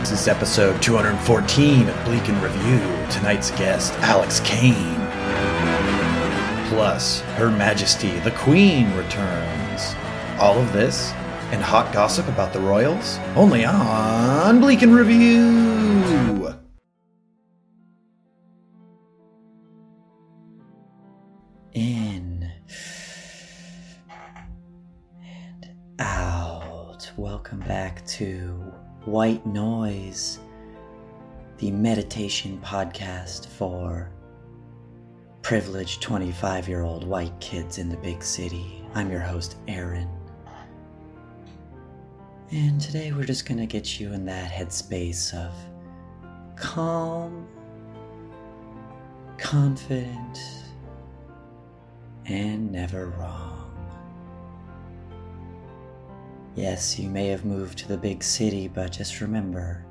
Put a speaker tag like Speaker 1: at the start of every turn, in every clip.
Speaker 1: This is episode 214 of Bleak and Review. Tonight's guest, Alex Kane. Plus, Her Majesty the Queen returns. All of this and hot gossip about the royals only on Bleak and Review.
Speaker 2: in and out. Welcome back to White Noise, the meditation podcast for privileged 25 year old white kids in the big city. I'm your host, Aaron. And today we're just gonna get you in that headspace of calm, confident, and never wrong. Yes, you may have moved to the big city, but just remember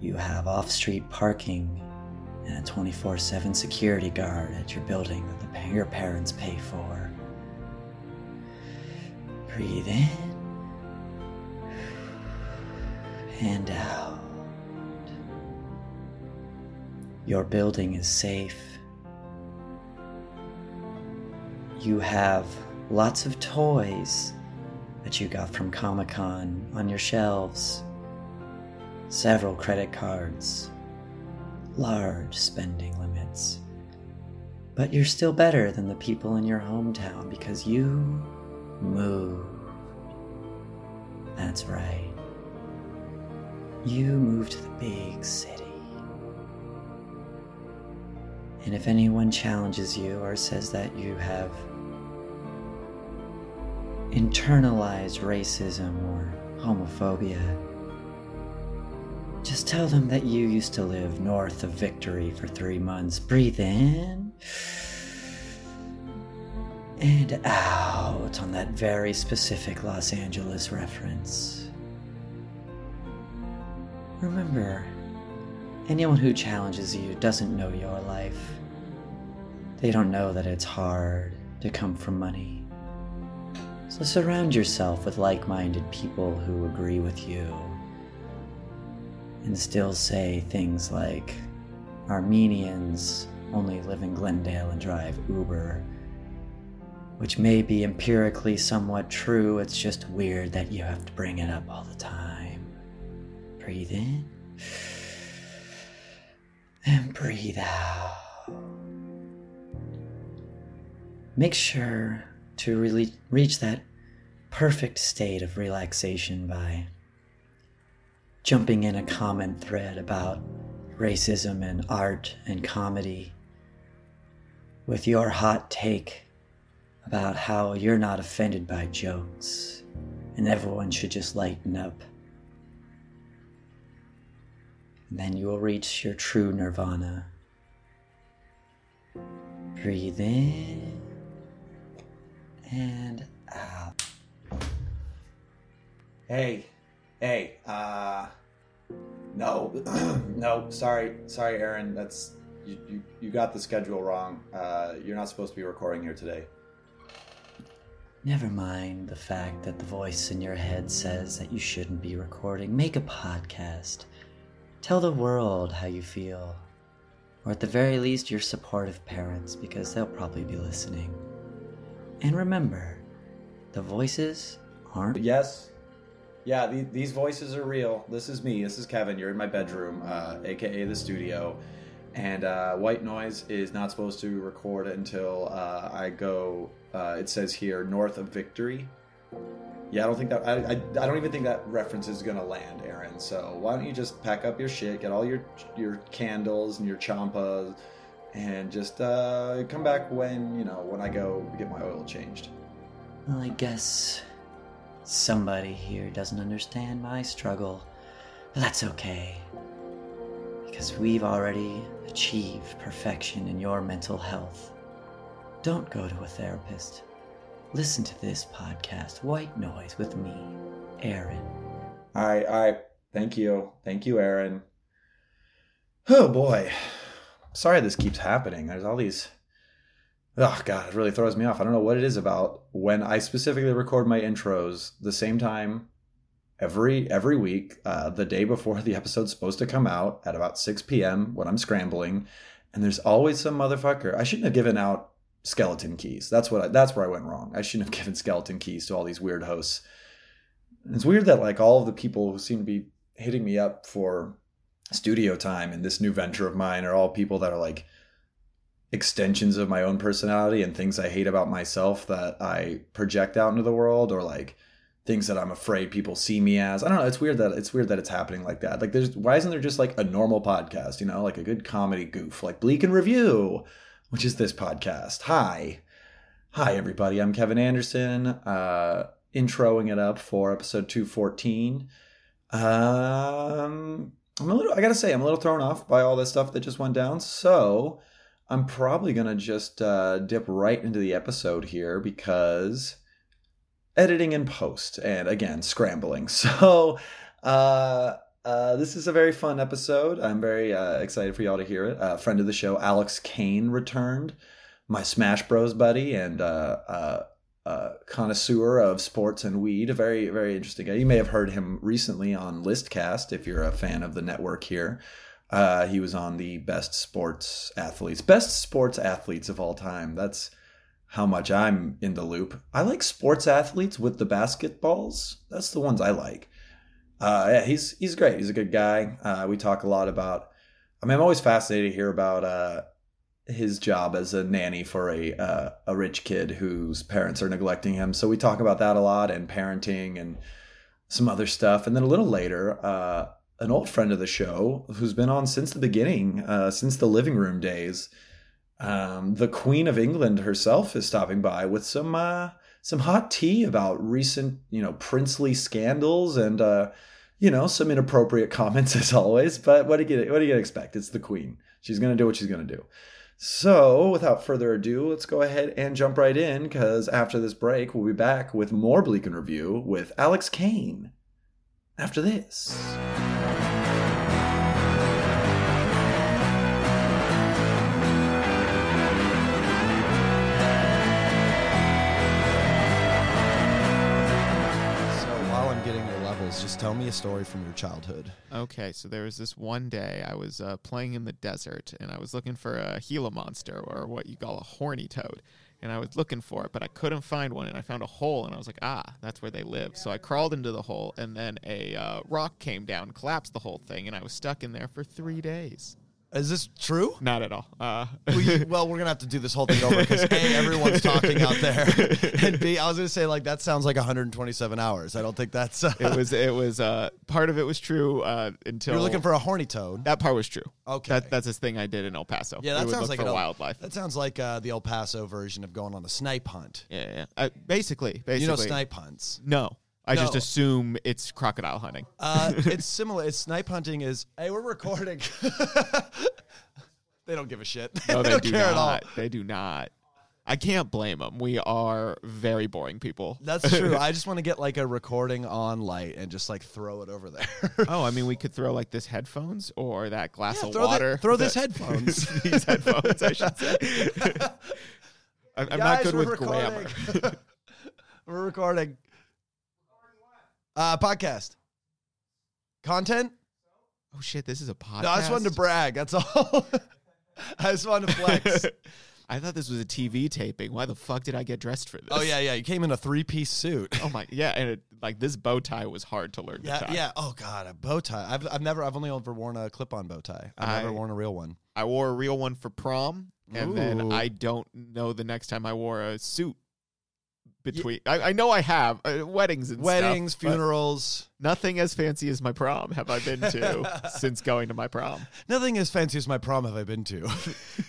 Speaker 2: you have off street parking and a 24 7 security guard at your building that the, pa- your parents pay for. Breathe in and out. Your building is safe. You have lots of toys that you got from Comic Con on your shelves, several credit cards, large spending limits. But you're still better than the people in your hometown because you moved. That's right. You moved to the big city. And if anyone challenges you or says that you have internalized racism or homophobia, just tell them that you used to live north of Victory for three months. Breathe in and out on that very specific Los Angeles reference. Remember, Anyone who challenges you doesn't know your life. They don't know that it's hard to come from money. So surround yourself with like minded people who agree with you and still say things like Armenians only live in Glendale and drive Uber, which may be empirically somewhat true. It's just weird that you have to bring it up all the time. Breathe in and breathe out. Make sure to really reach that perfect state of relaxation by jumping in a common thread about racism and art and comedy with your hot take about how you're not offended by jokes and everyone should just lighten up. And then you will reach your true nirvana. Breathe in and out.
Speaker 1: Hey, hey, uh, no, no, sorry, sorry, Aaron. That's you, you, you got the schedule wrong. Uh, you're not supposed to be recording here today.
Speaker 2: Never mind the fact that the voice in your head says that you shouldn't be recording. Make a podcast. Tell the world how you feel. Or at the very least, your supportive parents, because they'll probably be listening. And remember, the voices aren't
Speaker 1: Yes. Yeah, the, these voices are real. This is me. This is Kevin. You're in my bedroom, uh, aka the studio. And uh, white noise is not supposed to record until uh, I go. Uh, it says here north of Victory. Yeah, I don't think that. I, I, I don't even think that reference is gonna land, Aaron. So why don't you just pack up your shit, get all your your candles and your champas, and just uh, come back when you know when I go get my oil changed.
Speaker 2: Well, I guess somebody here doesn't understand my struggle, but that's okay. Because we've already achieved perfection in your mental health. Don't go to a therapist. Listen to this podcast, White Noise, with me, Aaron.
Speaker 1: All right, all right. Thank you. Thank you, Aaron. Oh boy. Sorry this keeps happening. There's all these Oh god, it really throws me off. I don't know what it is about when I specifically record my intros the same time every every week uh, the day before the episode's supposed to come out at about 6 p.m when i'm scrambling and there's always some motherfucker i shouldn't have given out skeleton keys that's what I, that's where i went wrong i shouldn't have given skeleton keys to all these weird hosts And it's weird that like all of the people who seem to be hitting me up for studio time and this new venture of mine are all people that are like extensions of my own personality and things i hate about myself that i project out into the world or like things that I'm afraid people see me as. I don't know. It's weird that it's weird that it's happening like that. Like, there's why isn't there just like a normal podcast? You know, like a good comedy goof, like Bleak and Review, which is this podcast. Hi, hi everybody. I'm Kevin Anderson. Uh, introing it up for episode two fourteen. Um, I'm a little. I gotta say, I'm a little thrown off by all this stuff that just went down. So. I'm probably gonna just uh, dip right into the episode here because editing and post and again scrambling so uh, uh, this is a very fun episode i'm very uh, excited for y'all to hear it a friend of the show alex kane returned my smash bros buddy and uh, connoisseur of sports and weed a very very interesting guy you may have heard him recently on listcast if you're a fan of the network here Uh, he was on the best sports athletes best sports athletes of all time that's how much I'm in the loop. I like sports athletes with the basketballs. That's the ones I like. Uh, yeah, he's he's great. He's a good guy. Uh, we talk a lot about. I mean, I'm always fascinated to hear about uh, his job as a nanny for a uh, a rich kid whose parents are neglecting him. So we talk about that a lot and parenting and some other stuff. And then a little later, uh, an old friend of the show who's been on since the beginning, uh, since the living room days. Um, the Queen of England herself is stopping by with some uh, some hot tea about recent, you know, princely scandals and uh, you know some inappropriate comments as always. But what do you what do you expect? It's the Queen. She's gonna do what she's gonna do. So, without further ado, let's go ahead and jump right in because after this break, we'll be back with more Bleak and Review with Alex Kane. After this.
Speaker 3: So while I'm getting your levels, just tell me a story from your childhood.
Speaker 4: Okay, so there was this one day I was uh, playing in the desert and I was looking for a Gila monster or what you call a horny toad. And I was looking for it, but I couldn't find one. And I found a hole and I was like, ah, that's where they live. So I crawled into the hole and then a uh, rock came down, collapsed the whole thing, and I was stuck in there for three days.
Speaker 3: Is this true?
Speaker 4: Not at all. Uh,
Speaker 3: We, well, we're gonna have to do this whole thing over because a everyone's talking out there, and b I was gonna say like that sounds like 127 hours. I don't think that's. Uh,
Speaker 4: it was, it was, uh, part of it was true uh, until.
Speaker 3: you're looking for a horny toad.
Speaker 4: That part was true.
Speaker 3: Okay.
Speaker 4: That, that's this thing I did in El Paso.
Speaker 3: yeah,
Speaker 4: I
Speaker 3: that
Speaker 4: would
Speaker 3: sounds
Speaker 4: look
Speaker 3: like
Speaker 4: for
Speaker 3: an El-
Speaker 4: wildlife.
Speaker 3: That sounds like uh, the El Paso version of going on a snipe hunt.
Speaker 4: Yeah, yeah. yeah. Uh, basically, basically.
Speaker 3: You know, snipe hunts.
Speaker 4: No, I just
Speaker 3: No.
Speaker 4: assume it's crocodile hunting.
Speaker 3: Uh, it's similar. It's snipe hunting is. Hey, we're recording. they don't give a shit.
Speaker 4: No, they
Speaker 3: don't
Speaker 4: do
Speaker 3: care
Speaker 4: not.
Speaker 3: at all.
Speaker 4: They do not. I can't blame them. We are very boring people.
Speaker 3: That's true. I just want to get like a recording on light and just like throw it over there.
Speaker 4: oh, I mean, we could throw like this headphones or that glass
Speaker 3: Yeah,
Speaker 4: of
Speaker 3: throw the-
Speaker 4: water.
Speaker 3: throw this
Speaker 4: that-
Speaker 3: headphones.
Speaker 4: these headphones, I should say. I'm, I'm not
Speaker 3: Guys,
Speaker 4: good
Speaker 3: we're
Speaker 4: with
Speaker 3: recording.
Speaker 4: grammar.
Speaker 3: we're recording. Uh, podcast. Content?
Speaker 4: Oh shit, this is a podcast.
Speaker 3: No, I just wanted to brag. That's all. I just wanted to flex.
Speaker 4: I thought this was a TV taping. Why the fuck did I get dressed for this?
Speaker 3: oh, yeah, yeah. You came in a three piece suit.
Speaker 4: Oh my, yeah, and it, like this bow tie was hard to learn. to
Speaker 3: Yeah,
Speaker 4: tie.
Speaker 3: yeah. Oh, God. A bow tie. I've, I've never, I've only ever worn a clip on bow tie. I've never
Speaker 4: I-
Speaker 3: worn a real one.
Speaker 4: I wore a real one for prom, and
Speaker 3: Ooh.
Speaker 4: then I don't know the next time I wore a suit. Between, I, I know I have uh, weddings and
Speaker 3: Weddings,
Speaker 4: stuff, but
Speaker 3: funerals.
Speaker 4: Nothing as fancy as my prom have I been to since going to my prom.
Speaker 3: Nothing as fancy as my prom have I been to.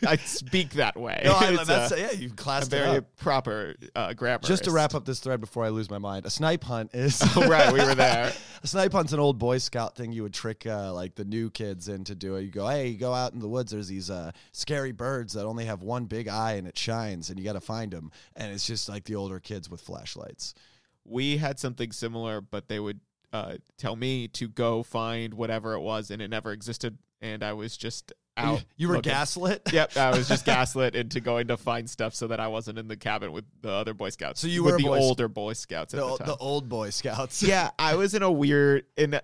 Speaker 4: I speak that way.
Speaker 3: no, I,
Speaker 4: It's,
Speaker 3: that's,
Speaker 4: uh,
Speaker 3: yeah, you've
Speaker 4: a
Speaker 3: classed it
Speaker 4: very
Speaker 3: up.
Speaker 4: proper uh, grammar.
Speaker 3: Just to wrap up this thread before I lose my mind, a snipe hunt is
Speaker 4: Oh, right, we were there.
Speaker 3: a snipe hunt's an old Boy Scout thing you would trick uh, like the new kids into doing. You go, hey, you go out in the woods. There's these uh, scary birds that only have one big eye and it shines, and you got to find them. And it's just like the older kids with flashlights.
Speaker 4: we had something similar, but they would uh, tell me to go find whatever it was, and it never existed. And I was just out.
Speaker 3: you, you were
Speaker 4: looking.
Speaker 3: gaslit.
Speaker 4: Yep, I was just gaslit into going to find stuff so that I wasn't in the cabin with the other Boy Scouts.
Speaker 3: So you
Speaker 4: with
Speaker 3: were a
Speaker 4: the
Speaker 3: Boy Sc-
Speaker 4: older Boy Scouts at
Speaker 3: the,
Speaker 4: the
Speaker 3: the
Speaker 4: time.
Speaker 3: old Boy Scouts.
Speaker 4: yeah, I was in a weird and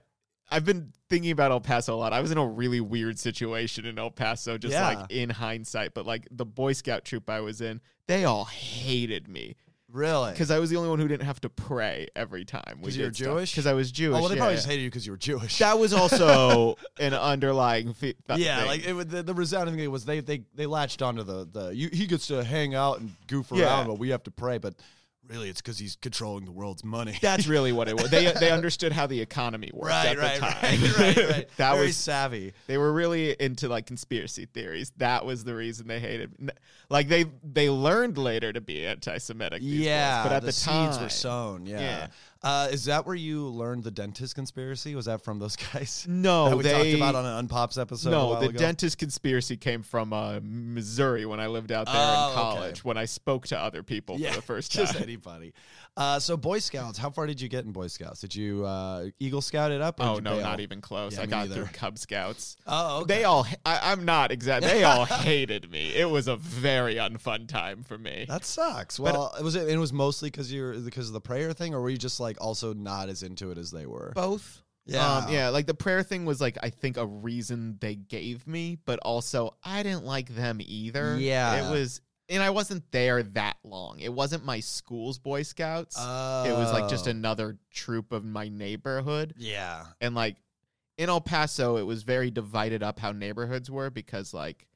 Speaker 4: I've been thinking about El Paso a lot. I was in a really weird situation in El Paso, just
Speaker 3: Yeah.
Speaker 4: like in hindsight. But like the Boy Scout troop I was in, they all hated me
Speaker 3: really.
Speaker 4: because I was the only one who didn't have to pray every time.
Speaker 3: 'Cause you were Jewish?
Speaker 4: Because I was Jewish.
Speaker 3: oh, well, they
Speaker 4: yeah,
Speaker 3: probably
Speaker 4: yeah.
Speaker 3: just hated you because you were Jewish.
Speaker 4: that was also an underlying. Fe-
Speaker 3: yeah,
Speaker 4: thing.
Speaker 3: like it, was- the, the resounding thing was they they they latched onto the the you, he gets to hang out and goof
Speaker 4: Yeah.
Speaker 3: around, but we have to pray. But really, it's because he's controlling the world's money.
Speaker 4: That's really what it was. They they understood how the economy worked at the time. that
Speaker 3: Very
Speaker 4: was
Speaker 3: savvy.
Speaker 4: they were really into like conspiracy theories. That was the reason they hated. n- Like they they learned later to be anti-Semitic. these boys,
Speaker 3: Yeah,
Speaker 4: but at the, time
Speaker 3: seeds were sown. Yeah.
Speaker 4: Yeah.
Speaker 3: Uh, is that where you learned the dentist conspiracy? Was that from those guys
Speaker 4: No,
Speaker 3: that we
Speaker 4: they
Speaker 3: talked about on an Unpops episode? a
Speaker 4: no.
Speaker 3: while
Speaker 4: The
Speaker 3: ago?
Speaker 4: dentist conspiracy came from uh, Missouri when I lived out there
Speaker 3: Oh,
Speaker 4: in
Speaker 3: okay.
Speaker 4: college. When I spoke to other people for the first time.
Speaker 3: just anybody. Uh, so Boy Scouts, how far did you get in Boy Scouts? Did you uh, Eagle Scout it up? Or did
Speaker 4: Oh
Speaker 3: you
Speaker 4: no,
Speaker 3: bail?
Speaker 4: not even close.
Speaker 3: Yeah,
Speaker 4: I
Speaker 3: me
Speaker 4: got
Speaker 3: neither.
Speaker 4: through Cub Scouts.
Speaker 3: Oh, okay.
Speaker 4: They all, I, I'm not exactly, they all hated me. It was a very unfun time for me.
Speaker 3: That sucks.
Speaker 4: uh,
Speaker 3: Well, it was it was mostly because you're because of the prayer thing, or were you just like also not as into it as they were?
Speaker 4: Both.
Speaker 3: Yeah.
Speaker 4: Um, yeah. Like the prayer thing was like, I think a reason they gave me, but also I didn't like them either.
Speaker 3: Yeah.
Speaker 4: It was, and I wasn't there that long. It wasn't my school's Boy Scouts. it was like just
Speaker 3: Oh.
Speaker 4: another troop of my neighborhood.
Speaker 3: yeah.
Speaker 4: and like in El Paso, it was very divided up how neighborhoods were because like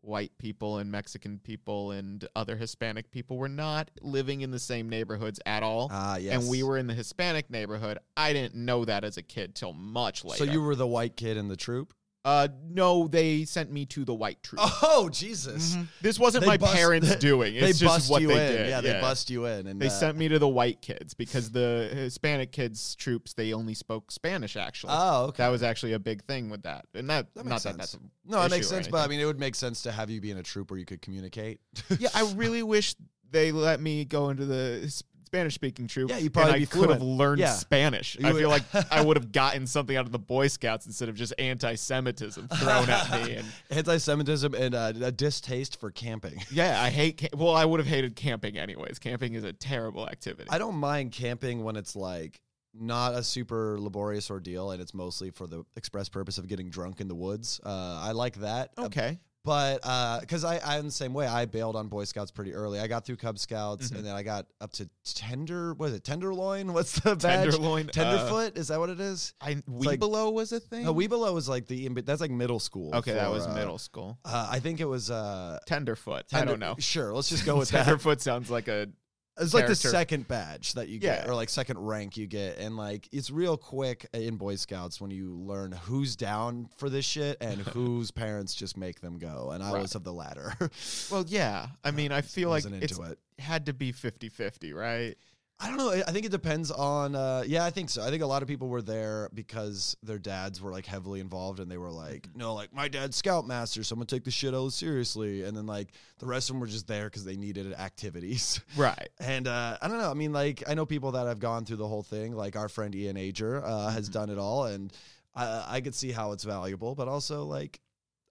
Speaker 4: white people and Mexican people and other Hispanic people were not living in the same neighborhoods at all.
Speaker 3: Ah, yes.
Speaker 4: And we were in the Hispanic neighborhood. I didn't know that as a kid till much later.
Speaker 3: So you were the white kid in the troop.
Speaker 4: Uh, no, they sent me to the white troop.
Speaker 3: Oh Jesus!
Speaker 4: Mhm. This wasn't
Speaker 3: They
Speaker 4: my
Speaker 3: bust-
Speaker 4: parents
Speaker 3: they-
Speaker 4: doing. It's
Speaker 3: they
Speaker 4: just
Speaker 3: bust
Speaker 4: what
Speaker 3: you
Speaker 4: they
Speaker 3: in.
Speaker 4: did.
Speaker 3: Yeah, they bust you in, and
Speaker 4: They
Speaker 3: uh,
Speaker 4: sent me to the white kids because the Hispanic kids troops they only spoke Spanish actually.
Speaker 3: Oh, okay.
Speaker 4: That was actually a big thing with that, and that,
Speaker 3: That
Speaker 4: not
Speaker 3: makes
Speaker 4: that
Speaker 3: sense.
Speaker 4: that's a,
Speaker 3: no, it makes
Speaker 4: issue or
Speaker 3: sense, but I
Speaker 4: anything.
Speaker 3: mean, it would make sense to have you be in a troop where you could communicate.
Speaker 4: yeah. I really wish they let me go into the Spanish speaking troop.
Speaker 3: Yeah, you'd probably
Speaker 4: and I
Speaker 3: be
Speaker 4: could have
Speaker 3: fluent.
Speaker 4: learned
Speaker 3: Yeah.
Speaker 4: Spanish.
Speaker 3: You
Speaker 4: I
Speaker 3: would-
Speaker 4: feel like I would have gotten something out of the Boy Scouts instead of just anti-Semitism thrown at me. And
Speaker 3: Anti-Semitism and uh, a distaste for camping.
Speaker 4: yeah, I hate. Ca- well, I would have hated camping anyways. Camping is a terrible activity.
Speaker 3: I don't mind camping when it's like not a super laborious ordeal and it's mostly for the express purpose of getting drunk in the woods. Uh, I like that. Uh,
Speaker 4: okay.
Speaker 3: But because I, I'm the same way, I bailed on Boy Scouts pretty early. I got through Cub Scouts
Speaker 4: Mhm.
Speaker 3: and then I got up to tender. What is it? Tenderloin? What's the badge?
Speaker 4: Tenderloin. uh,
Speaker 3: Tenderfoot? is that what it is?
Speaker 4: I
Speaker 3: like-
Speaker 4: Weebelo was a thing.
Speaker 3: No, Weebelo is like the in- that's like middle school.
Speaker 4: okay, that
Speaker 3: for,
Speaker 4: was
Speaker 3: uh,
Speaker 4: middle school.
Speaker 3: Uh, I think it was. Uh,
Speaker 4: Tenderfoot. I
Speaker 3: tender-
Speaker 4: don't know.
Speaker 3: Sure, let's just go with that.
Speaker 4: Tenderfoot sounds like a
Speaker 3: It's like the
Speaker 4: character.
Speaker 3: second badge that you get,
Speaker 4: Yeah.
Speaker 3: or like second rank you get, and like it's real quick in Boy Scouts when you learn who's down for this shit and whose parents just make them go. And I
Speaker 4: Right.
Speaker 3: was of the latter.
Speaker 4: well, yeah. I mean, I feel like
Speaker 3: Wasn't
Speaker 4: it's
Speaker 3: into it.
Speaker 4: had to be 50-50, right?
Speaker 3: I don't know. I I think it depends on. Uh, yeah, I think so. I think a lot of people were there because their dads were like heavily involved, and they were like,
Speaker 4: Mm-hmm.
Speaker 3: "No, like my dad's scoutmaster, so I'm gonna take this shit hella seriously." And then like the rest of them were just there because they needed activities.
Speaker 4: Right.
Speaker 3: And uh, I don't know. I mean, like I know people that have gone through the whole thing. Like our friend Ian Ager uh, has done it all, and I, I could see how it's valuable, but also like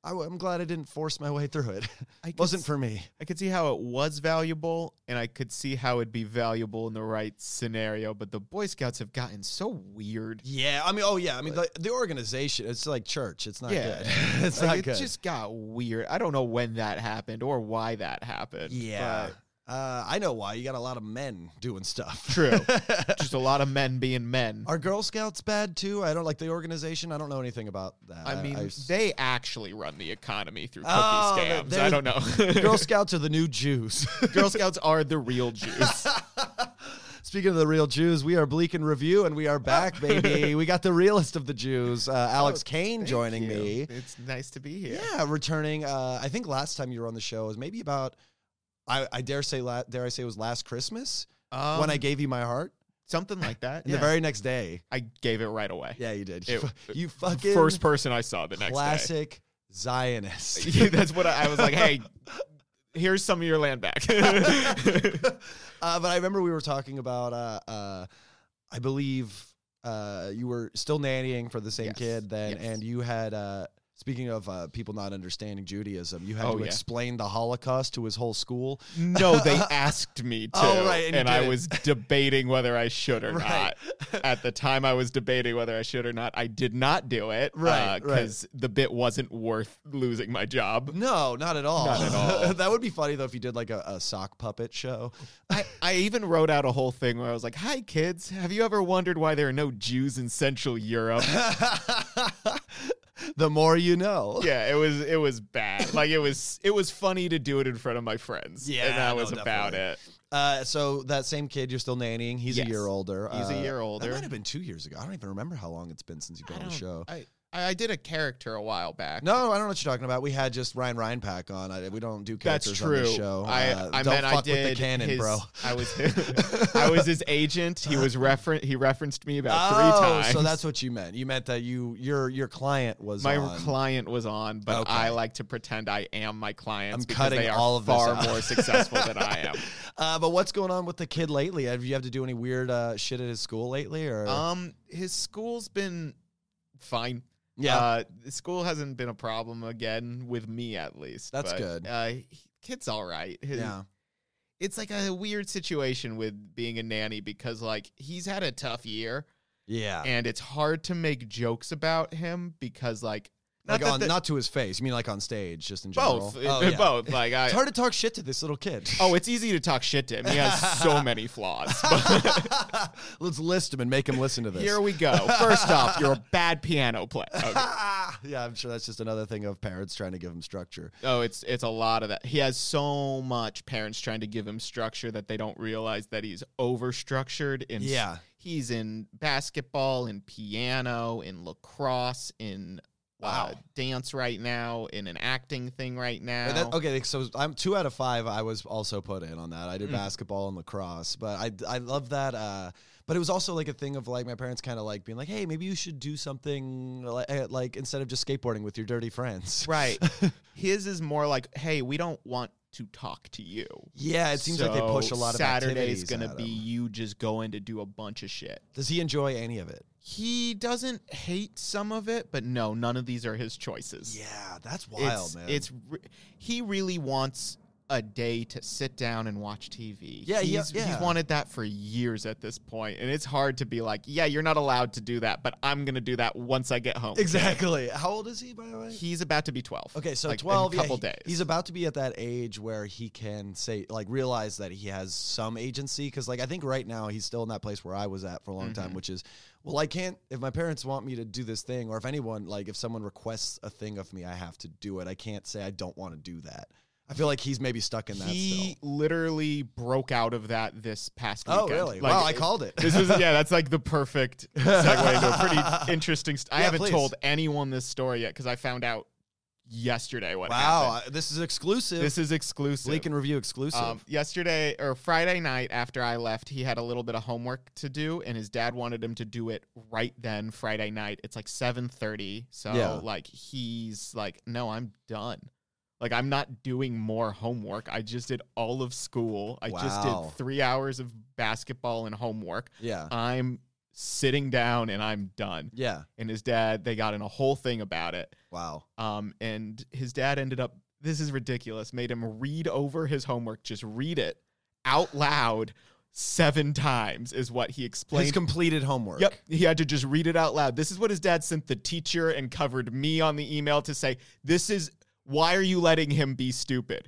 Speaker 3: I, am glad I didn't force my way through it.
Speaker 4: I could
Speaker 3: wasn't
Speaker 4: s-
Speaker 3: for me.
Speaker 4: I could see how it was valuable and I could see how it'd be valuable in the right scenario, but the Boy Scouts have gotten so weird.
Speaker 3: Yeah, I mean, oh yeah, I mean the, the organization. It's like church. It's not
Speaker 4: Yeah.
Speaker 3: good. it's
Speaker 4: Like,
Speaker 3: not
Speaker 4: it
Speaker 3: good.
Speaker 4: just got weird. I don't know when that happened or why that happened.
Speaker 3: yeah.
Speaker 4: but
Speaker 3: Uh, I know why. You got a lot of men doing stuff.
Speaker 4: True. just a lot of men being men.
Speaker 3: Are Girl Scouts bad too? I don't like the organization. I don't know anything about that.
Speaker 4: I mean,
Speaker 3: uh, s-
Speaker 4: they actually run the economy through cookie
Speaker 3: Oh, they-
Speaker 4: scams.
Speaker 3: they're-
Speaker 4: I don't know.
Speaker 3: Girl Scouts are the new Jews.
Speaker 4: Girl Scouts are the real Jews.
Speaker 3: Speaking of the real Jews, we are Bleak and Review, and we are back, baby. we got the realest of the Jews, uh,
Speaker 4: Oh,
Speaker 3: Alex Kane, joining me.
Speaker 4: It's nice to be here.
Speaker 3: Yeah, returning. Uh, I think last time you were on the show was maybe about, I, I dare say, la- dare I say, it was last Christmas
Speaker 4: Um,
Speaker 3: when I gave you my heart,
Speaker 4: something like that.
Speaker 3: and
Speaker 4: yeah.
Speaker 3: the very next day,
Speaker 4: I gave it right away.
Speaker 3: yeah, you did.
Speaker 4: It-
Speaker 3: you, fu- you fucking
Speaker 4: First person I saw the next day.
Speaker 3: classic Zionist.
Speaker 4: Yeah, That's what I, I was like. Hey, here's some of your land back.
Speaker 3: Uh, but I remember we were talking about, uh, uh, I believe uh, you were still nannying for the same
Speaker 4: Yes.
Speaker 3: kid then,
Speaker 4: Yes.
Speaker 3: and you had uh, Speaking of uh, people not understanding Judaism, you had
Speaker 4: Oh,
Speaker 3: to
Speaker 4: yeah.
Speaker 3: explain the Holocaust to his whole school.
Speaker 4: No, they asked me to,
Speaker 3: Oh, right, and
Speaker 4: and,
Speaker 3: you
Speaker 4: I
Speaker 3: did.
Speaker 4: was debating whether I should or
Speaker 3: Right.
Speaker 4: not. At the time, I was debating whether I should or not. I did not do it,
Speaker 3: Right, right.
Speaker 4: Because the bit wasn't worth losing my job.
Speaker 3: No, not at all.
Speaker 4: Not at all.
Speaker 3: that would be funny though if you did like a, a sock puppet show.
Speaker 4: I, I even wrote out a whole thing where I was like, "Hi, kids, have you ever wondered why there are no Jews in Central Europe?"
Speaker 3: the more you know.
Speaker 4: yeah, it was it was bad. Like it was it was funny to do it in front of my friends.
Speaker 3: Yeah,
Speaker 4: and that
Speaker 3: no,
Speaker 4: was about
Speaker 3: definitely.
Speaker 4: it.
Speaker 3: Uh, so that same kid you're still nannying. He's a
Speaker 4: Yes.
Speaker 3: year older.
Speaker 4: He's a
Speaker 3: Uh,
Speaker 4: year older.
Speaker 3: That might have been two years ago. I don't even remember how long it's been since you've been on the show.
Speaker 4: I, I did a character a while back.
Speaker 3: no, I don't know what you're talking about. We had just Ryan Ryan Pack on. I, we don't do
Speaker 4: That's
Speaker 3: characters
Speaker 4: true.
Speaker 3: on the show.
Speaker 4: I,
Speaker 3: Uh,
Speaker 4: I
Speaker 3: don't
Speaker 4: meant
Speaker 3: fuck
Speaker 4: I did
Speaker 3: with the cannon,
Speaker 4: his-
Speaker 3: bro.
Speaker 4: I was I was his agent. He was refer- he referenced me about three
Speaker 3: oh,
Speaker 4: times.
Speaker 3: so that's what you meant. You meant that you your your client was
Speaker 4: my
Speaker 3: on.
Speaker 4: client was on, but
Speaker 3: Okay.
Speaker 4: I like to pretend I am my clients
Speaker 3: I'm
Speaker 4: because
Speaker 3: cutting
Speaker 4: they are
Speaker 3: all of this
Speaker 4: far
Speaker 3: out.
Speaker 4: more successful than I am.
Speaker 3: Uh, but what's going on with the kid lately? Have you have to do any weird uh, shit at his school lately? Or
Speaker 4: Um, his school's been fine.
Speaker 3: yeah,
Speaker 4: uh, the school hasn't been a problem again with me at least.
Speaker 3: That's
Speaker 4: but,
Speaker 3: good.
Speaker 4: Uh, he- kid's all right. His-
Speaker 3: yeah,
Speaker 4: it's like a weird situation with being a nanny because like he's had a tough year
Speaker 3: yeah.
Speaker 4: and it's hard to make jokes about him because like
Speaker 3: Like
Speaker 4: that
Speaker 3: on,
Speaker 4: the-
Speaker 3: not to his face. You mean like on stage, just in general?
Speaker 4: both
Speaker 3: Oh, yeah.
Speaker 4: both like I.
Speaker 3: It's hard to talk shit to this little kid.
Speaker 4: Oh, it's easy to talk shit to him. He has so many flaws. But
Speaker 3: Let's list him and make him listen to this.
Speaker 4: here we go. First off, you're a bad piano player. Okay.
Speaker 3: yeah, I'm sure that's just another thing of parents trying to give him structure.
Speaker 4: Oh, it's it's a lot of that. He has so much parents trying to give him structure that they don't realize that he's overstructured. In
Speaker 3: Yeah.
Speaker 4: he's in basketball, in piano, in lacrosse, in uh,
Speaker 3: Wow.
Speaker 4: dance right now, in an acting thing right now.
Speaker 3: But that- okay, so I'm two out of five. I was also put in on that. I did
Speaker 4: Mm.
Speaker 3: basketball and lacrosse, but I I love that. Uh, but it was also like a thing of like my parents kind of like being like, hey, maybe you should do something like, eh, like instead of just skateboarding with your dirty friends.
Speaker 4: Right. His is more like, hey, we don't want to talk to you.
Speaker 3: Yeah, it seems like they push a lot of activities
Speaker 4: Saturday's gonna
Speaker 3: at
Speaker 4: be
Speaker 3: him.
Speaker 4: you just going to do a bunch of shit.
Speaker 3: Does he enjoy any of it?
Speaker 4: He doesn't hate some of it, but no, none of these are his choices.
Speaker 3: Yeah, that's wild,
Speaker 4: it's,
Speaker 3: man.
Speaker 4: It's re- he really wants a day to sit down and watch TV.
Speaker 3: Yeah, he-
Speaker 4: he's,
Speaker 3: yeah.
Speaker 4: he's wanted that for years at this point, and it's hard to be like, yeah, you're not allowed to do that, but I'm gonna do that once I get home.
Speaker 3: exactly. How old is he, by the way?
Speaker 4: He's about to be 12.
Speaker 3: Okay, so
Speaker 4: like, in
Speaker 3: twelve.
Speaker 4: a
Speaker 3: yeah,
Speaker 4: couple
Speaker 3: he-
Speaker 4: days.
Speaker 3: He's about to be at that age where he can say, like, realize that he has some agency. Because, like, I think right now he's still in that place where I was at for a long time,
Speaker 4: Mhm.
Speaker 3: which is, well, I can't. If my parents want me to do this thing, or if anyone, like, if someone requests a thing of me, I have to do it. I can't say I don't want to do that. I feel like he's maybe stuck in that.
Speaker 4: he literally broke out of that this past
Speaker 3: still.
Speaker 4: weekend.
Speaker 3: Oh, really?
Speaker 4: Like,
Speaker 3: wow, I
Speaker 4: it-
Speaker 3: called it.
Speaker 4: This was yeah, that's like the perfect segue into a pretty interesting. St- I
Speaker 3: Yeah,
Speaker 4: haven't
Speaker 3: please.
Speaker 4: told anyone this story yet because I found out yesterday what happened.
Speaker 3: wow, I, this is exclusive.
Speaker 4: This is exclusive.
Speaker 3: Leak and review exclusive.
Speaker 4: Um, yesterday or Friday night after I left, he had a little bit of homework to do, and his dad wanted him to do it right then Friday night. It's like seven thirty, so
Speaker 3: Yeah.
Speaker 4: like he's like, "No, I'm done. Like I'm not doing more homework. I just did all of school. I just
Speaker 3: Wow.
Speaker 4: did three hours of basketball and homework.
Speaker 3: yeah,
Speaker 4: I'm sitting down and I'm done."
Speaker 3: yeah.
Speaker 4: And his dad, they got in a whole thing about it.
Speaker 3: Wow.
Speaker 4: Um, and his dad ended up, this is ridiculous, made him read over his homework, just read it out loud seven times, is what he
Speaker 3: His
Speaker 4: explained.
Speaker 3: completed homework.
Speaker 4: Yep, he had to just read it out loud. This is what his dad sent the teacher and covered me on the email to say, This is why are you letting him be stupid?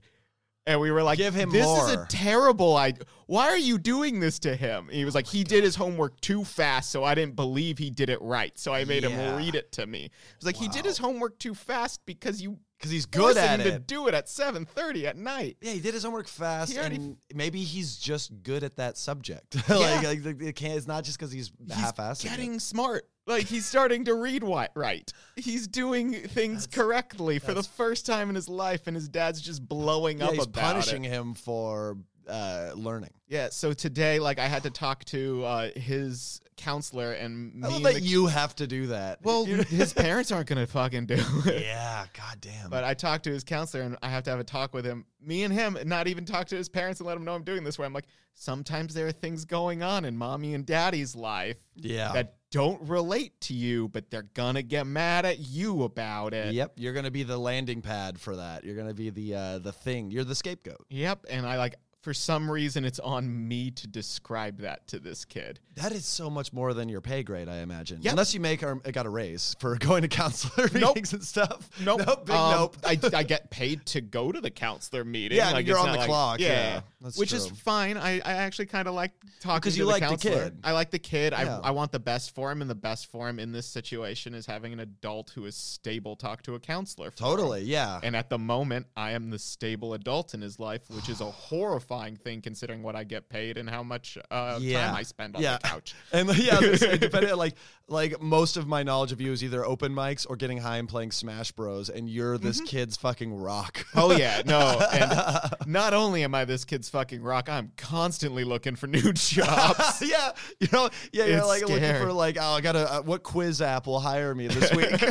Speaker 4: And we were like,
Speaker 3: Give him
Speaker 4: This is
Speaker 3: more."
Speaker 4: a terrible idea. Why are you doing this to him? And he was
Speaker 3: Oh
Speaker 4: like, He did his homework too fast, so I didn't believe he did it right. So I made
Speaker 3: Yeah.
Speaker 4: him read it to me. It was like, He did his homework too fast because you
Speaker 3: Because he's
Speaker 4: good
Speaker 3: good at
Speaker 4: him to
Speaker 3: it.
Speaker 4: do it at 7:30 at night.
Speaker 3: Yeah, he did his homework fast,
Speaker 4: He already-
Speaker 3: and maybe he's just good at that subject.
Speaker 4: Yeah.
Speaker 3: like, like like, it can't, it's not just because he's, half-assed.
Speaker 4: He's getting smart. Like he's starting to read wi- right. He's doing things correctly for the first time in his life, and his dad's just blowing
Speaker 3: yeah,
Speaker 4: up
Speaker 3: he's
Speaker 4: about
Speaker 3: punishing
Speaker 4: it.
Speaker 3: him for uh, learning.
Speaker 4: Yeah, so today, like, I had to talk to uh, his counselor and me.
Speaker 3: I love
Speaker 4: and
Speaker 3: that
Speaker 4: the-
Speaker 3: you have to do that.
Speaker 4: well,
Speaker 3: You-
Speaker 4: his parents aren't gonna fucking do it.
Speaker 3: yeah, goddamn.
Speaker 4: But I talked to his counselor and I have to have a talk with him. Me and him, and not even talk to his parents and let him know I'm doing this. Where I'm like, sometimes there are things going on in mommy and daddy's life
Speaker 3: yeah.
Speaker 4: that don't relate to you, but they're gonna get mad at you about it.
Speaker 3: Yep, you're gonna be the landing pad for that. You're gonna be the uh, the thing. You're the scapegoat.
Speaker 4: Yep, and I like for some reason it's on me to describe that to this kid.
Speaker 3: That is so much more than your pay grade, I imagine.
Speaker 4: Yep.
Speaker 3: Unless you make or got a raise for going to counselor
Speaker 4: Nope.
Speaker 3: meetings and stuff.
Speaker 4: Nope,
Speaker 3: nope, big
Speaker 4: Um,
Speaker 3: nope.
Speaker 4: I, I get paid to go to the counselor meeting.
Speaker 3: Yeah, I mean,
Speaker 4: Like,
Speaker 3: you're
Speaker 4: it's
Speaker 3: on
Speaker 4: not
Speaker 3: the
Speaker 4: like-
Speaker 3: clock,
Speaker 4: Yeah,
Speaker 3: yeah, that's
Speaker 4: which is
Speaker 3: true.
Speaker 4: fine. I, I actually kind of like talking
Speaker 3: Because
Speaker 4: to
Speaker 3: you
Speaker 4: the
Speaker 3: like the
Speaker 4: counselor.
Speaker 3: kid.
Speaker 4: I like the kid.
Speaker 3: Yeah.
Speaker 4: I I want the best for him, and the best for him in this situation is having an adult who is stable talk to a counselor. for him.
Speaker 3: totally, yeah.
Speaker 4: And at the moment, I am the stable adult in his life, which is a horrifying thing considering what I get paid and how much uh,
Speaker 3: Yeah.
Speaker 4: time I spend on
Speaker 3: Yeah.
Speaker 4: the couch.
Speaker 3: And like, yeah, this, it depended, like like most of my knowledge of you is either open mics or getting high and playing Smash Bros. And you're this kid's fucking rock.
Speaker 4: Mm-hmm. Oh yeah, no. And not only am I this kid's fucking rock, I'm constantly looking for new jobs.
Speaker 3: yeah, you know, yeah, you're
Speaker 4: It's
Speaker 3: like looking
Speaker 4: scary.
Speaker 3: for like, oh, I gotta, uh, what quiz app will hire me this week?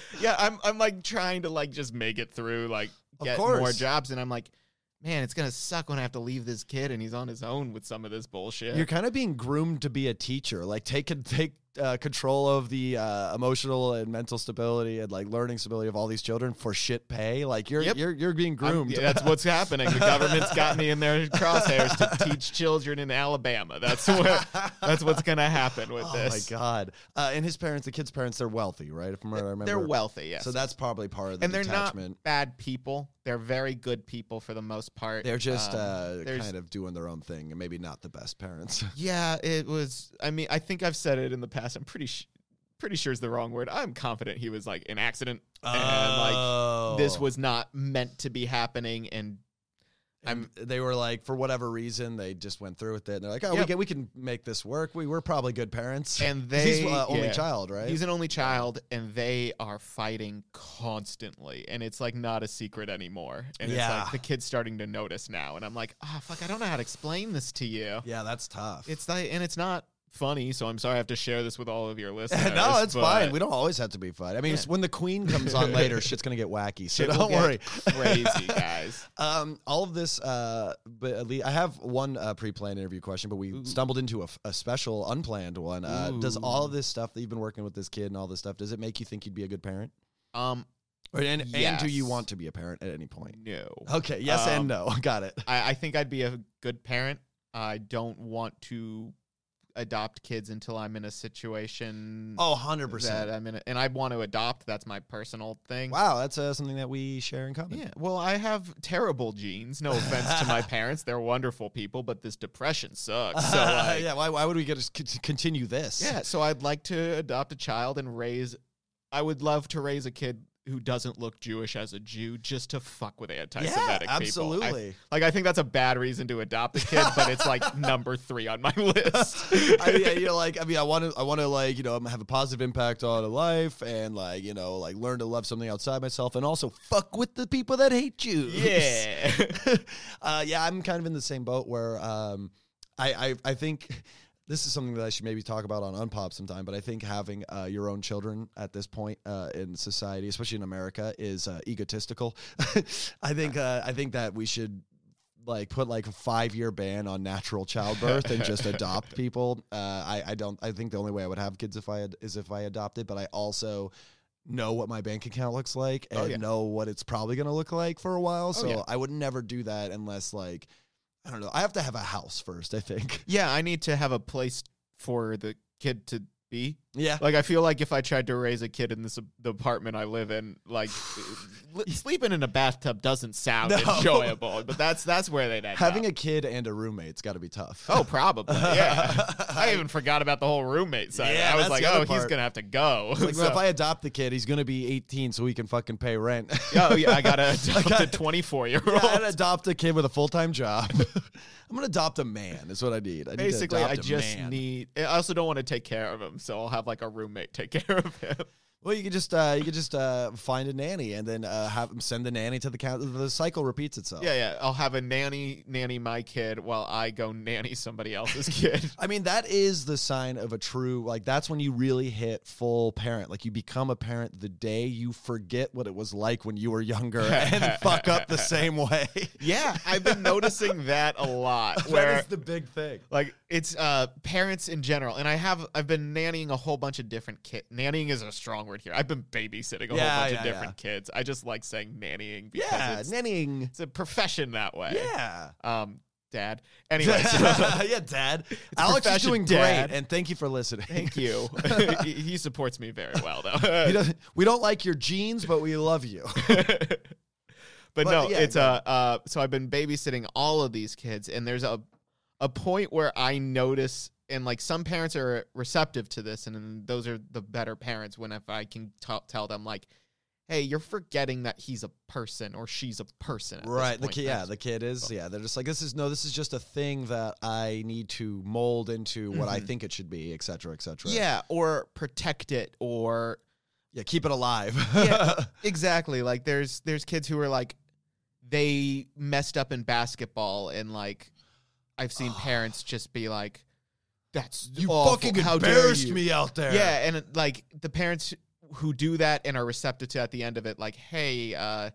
Speaker 4: yeah, I'm I'm like trying to like just make it through, like
Speaker 3: Of
Speaker 4: get
Speaker 3: course.
Speaker 4: more jobs, and I'm like, man, it's gonna suck when I have to leave this kid and he's on his own with some of this bullshit.
Speaker 3: You're kind of being groomed to be a teacher, like take con- take uh, control of the uh, emotional and mental stability and like learning stability of all these children for shit pay. Like you're
Speaker 4: Yep.
Speaker 3: you're you're being
Speaker 4: I'm-
Speaker 3: groomed.
Speaker 4: yeah, that's what's happening. The government's got me in their crosshairs to teach children in Alabama. That's what that's what's gonna happen with
Speaker 3: oh
Speaker 4: this.
Speaker 3: my god! Uh, and his parents, the kid's parents, they're wealthy, right? From what I remember,
Speaker 4: They're wealthy, yes.
Speaker 3: So that's probably part of the
Speaker 4: and they're
Speaker 3: detachment.
Speaker 4: not bad people. They're very good people for the most part.
Speaker 3: they're just
Speaker 4: Um,
Speaker 3: uh,
Speaker 4: there's-
Speaker 3: kind of doing their own thing, and maybe not the best parents.
Speaker 4: Yeah, it was. I mean, I think I've said it in the past. I'm pretty sh- pretty sure is the wrong word. I'm confident he was like an accident, and like
Speaker 3: Oh.
Speaker 4: this was not meant to be happening. And
Speaker 3: I'm, they were like, for whatever reason, they just went through with it, and they're like, "Oh, we
Speaker 4: Yep.
Speaker 3: can we can make this work. We were probably good parents."
Speaker 4: and
Speaker 3: 'Cause
Speaker 4: they
Speaker 3: he's uh, only
Speaker 4: yeah.
Speaker 3: child, right?
Speaker 4: He's an only child, and they are fighting constantly, and it's like not a secret anymore. And
Speaker 3: Yeah.
Speaker 4: it's like the kid's starting to notice now, and I'm like, oh fuck, I don't know how to explain this to you.
Speaker 3: yeah, that's tough.
Speaker 4: It's like, and it's not funny, so I'm sorry I have to share this with all of your listeners.
Speaker 3: no, it's
Speaker 4: but-
Speaker 3: fine. We don't always have to be fine. I mean,
Speaker 4: Yeah.
Speaker 3: it's when the queen comes on later, shit's gonna get wacky. So
Speaker 4: Shit will
Speaker 3: don't
Speaker 4: get
Speaker 3: worry.
Speaker 4: crazy guys.
Speaker 3: Um, all of this, uh, but at least I have one uh, pre-planned interview question, but we stumbled into a, f- a special unplanned one. Uh, does all of this stuff that you've been working with this kid and all this stuff, does it make you think you'd be a good parent?
Speaker 4: Um,
Speaker 3: Or, and, and do you
Speaker 4: Yes.
Speaker 3: want to be a parent at any point?
Speaker 4: no.
Speaker 3: Okay, yes and
Speaker 4: Um,
Speaker 3: no. Got it.
Speaker 4: I, I think I'd be a good parent. I don't want to adopt kids until I'm in a situation
Speaker 3: Oh, 100%.
Speaker 4: that I'm in, a, and I want to adopt. That's my personal thing.
Speaker 3: wow, that's uh, something that we share in common.
Speaker 4: Yeah. Well, I have terrible genes. No offense to my parents; they're wonderful people, but this depression sucks. So, like,
Speaker 3: yeah, why, why would we get to c- continue this?
Speaker 4: yeah. So I'd like to adopt a child and raise. I would love to raise a kid who doesn't look Jewish as a Jew, just to fuck with anti-Semitic people. I
Speaker 3: absolutely.
Speaker 4: Like I think that's a bad reason to adopt a kid, but it's like number three on my list.
Speaker 3: I mean, yeah, you're like, I mean, I want to, I want to, like, you know, have a positive impact on life, and like, you know, like, learn to love something outside myself, and also fuck with the people that hate you.
Speaker 4: yeah.
Speaker 3: uh, yeah, I'm kind of in the same boat where, um, I, I, I think. This is something that I should maybe talk about on Unpop sometime, but I think having uh, your own children at this point uh, in society, especially in America, is uh, egotistical. I think uh, I think that we should like put like a five year ban on natural childbirth and just adopt people. Uh, I I don't. I think the only way I would have kids if I had, is if I adopted. But I also know what my bank account looks like and
Speaker 4: Oh, yeah. Oh,
Speaker 3: know what it's probably going to look like for a while. So
Speaker 4: yeah.
Speaker 3: I would never do that unless like I don't know. I have to have a house first. I think.
Speaker 4: Yeah, I need to have a place for the kid to be.
Speaker 3: Yeah.
Speaker 4: Like I feel like if I tried to raise a kid in this the apartment I live in, like li- sleeping in a bathtub doesn't sound
Speaker 3: No.
Speaker 4: enjoyable. But that's that's where they'd end
Speaker 3: Having
Speaker 4: up.
Speaker 3: a kid and a roommate's got to be tough.
Speaker 4: Oh, probably. Yeah. I even forgot about the whole roommate side.
Speaker 3: Yeah,
Speaker 4: I was
Speaker 3: that's
Speaker 4: like,
Speaker 3: the other
Speaker 4: oh, he's
Speaker 3: part.
Speaker 4: gonna have to go.
Speaker 3: Like, well,
Speaker 4: So-
Speaker 3: if I adopt the kid, he's going to be 18 so he can fucking pay rent.
Speaker 4: oh yeah, I gotta adopt
Speaker 3: gotta-
Speaker 4: a twenty four year
Speaker 3: Yeah,
Speaker 4: old.
Speaker 3: I'd adopt a kid with a full time job. I'm gonna adopt a man. Is what I need. I need to
Speaker 4: Basically, I
Speaker 3: adopt a
Speaker 4: just
Speaker 3: man.
Speaker 4: need. I also don't want to take care of him, so I'll have like a roommate take care of him.
Speaker 3: Well, you could just uh, you could just uh, find a nanny and then uh, have send the nanny to the count. The cycle repeats itself.
Speaker 4: Yeah, yeah. I'll have a nanny nanny my kid while I go nanny somebody else's kid.
Speaker 3: I mean, that is the sign of a true, like, that's when you really hit full parent. Like, you become a parent the day you forget what it was like when you were younger and fuck up the same way.
Speaker 4: yeah, I've been noticing that a lot.
Speaker 3: that
Speaker 4: Where
Speaker 3: is the big thing.
Speaker 4: like it's uh parents in general, and I have I've been nannying a whole bunch of different kids. Nannying is a strong word here. I've been babysitting a
Speaker 3: Yeah,
Speaker 4: whole bunch
Speaker 3: yeah,
Speaker 4: of different kids. I just like saying nannying because
Speaker 3: Yeah,
Speaker 4: it's,
Speaker 3: nannying.
Speaker 4: it's a profession that way.
Speaker 3: Yeah.
Speaker 4: Um, dad. Anyways.
Speaker 3: yeah, Dad. Alex is
Speaker 4: profession,
Speaker 3: doing
Speaker 4: Dad.
Speaker 3: great, and thank you for listening.
Speaker 4: Thank you. he, he supports me very well,
Speaker 3: He
Speaker 4: though.
Speaker 3: doesn't- we don't like your genes, but we love you.
Speaker 4: but, no,
Speaker 3: yeah,
Speaker 4: it's
Speaker 3: go
Speaker 4: uh, uh. So I've been babysitting all of these kids, and there's a a point where I notice, and like some parents are receptive to this, and, then those are the better parents. When if I can t- tell them like, hey, you're forgetting that he's a person or she's a person, at this
Speaker 3: Right. The
Speaker 4: point.
Speaker 3: kid, yeah,
Speaker 4: That's-
Speaker 3: the kid is, yeah, they're just like, this is no, this is just a thing that I need to mold into what I
Speaker 4: Mhm.
Speaker 3: think it should be, et cetera, et cetera.
Speaker 4: yeah, or protect it, or
Speaker 3: Yeah, keep it alive.
Speaker 4: Yeah. exactly like there's there's kids who are like they messed up in basketball and like i've seen parents just be like that's
Speaker 3: You
Speaker 4: awful.
Speaker 3: fucking
Speaker 4: How dare
Speaker 3: embarrassed
Speaker 4: you?"
Speaker 3: me out there.
Speaker 4: yeah and it- like the parents who do that and are receptive to at the end of it like hey uh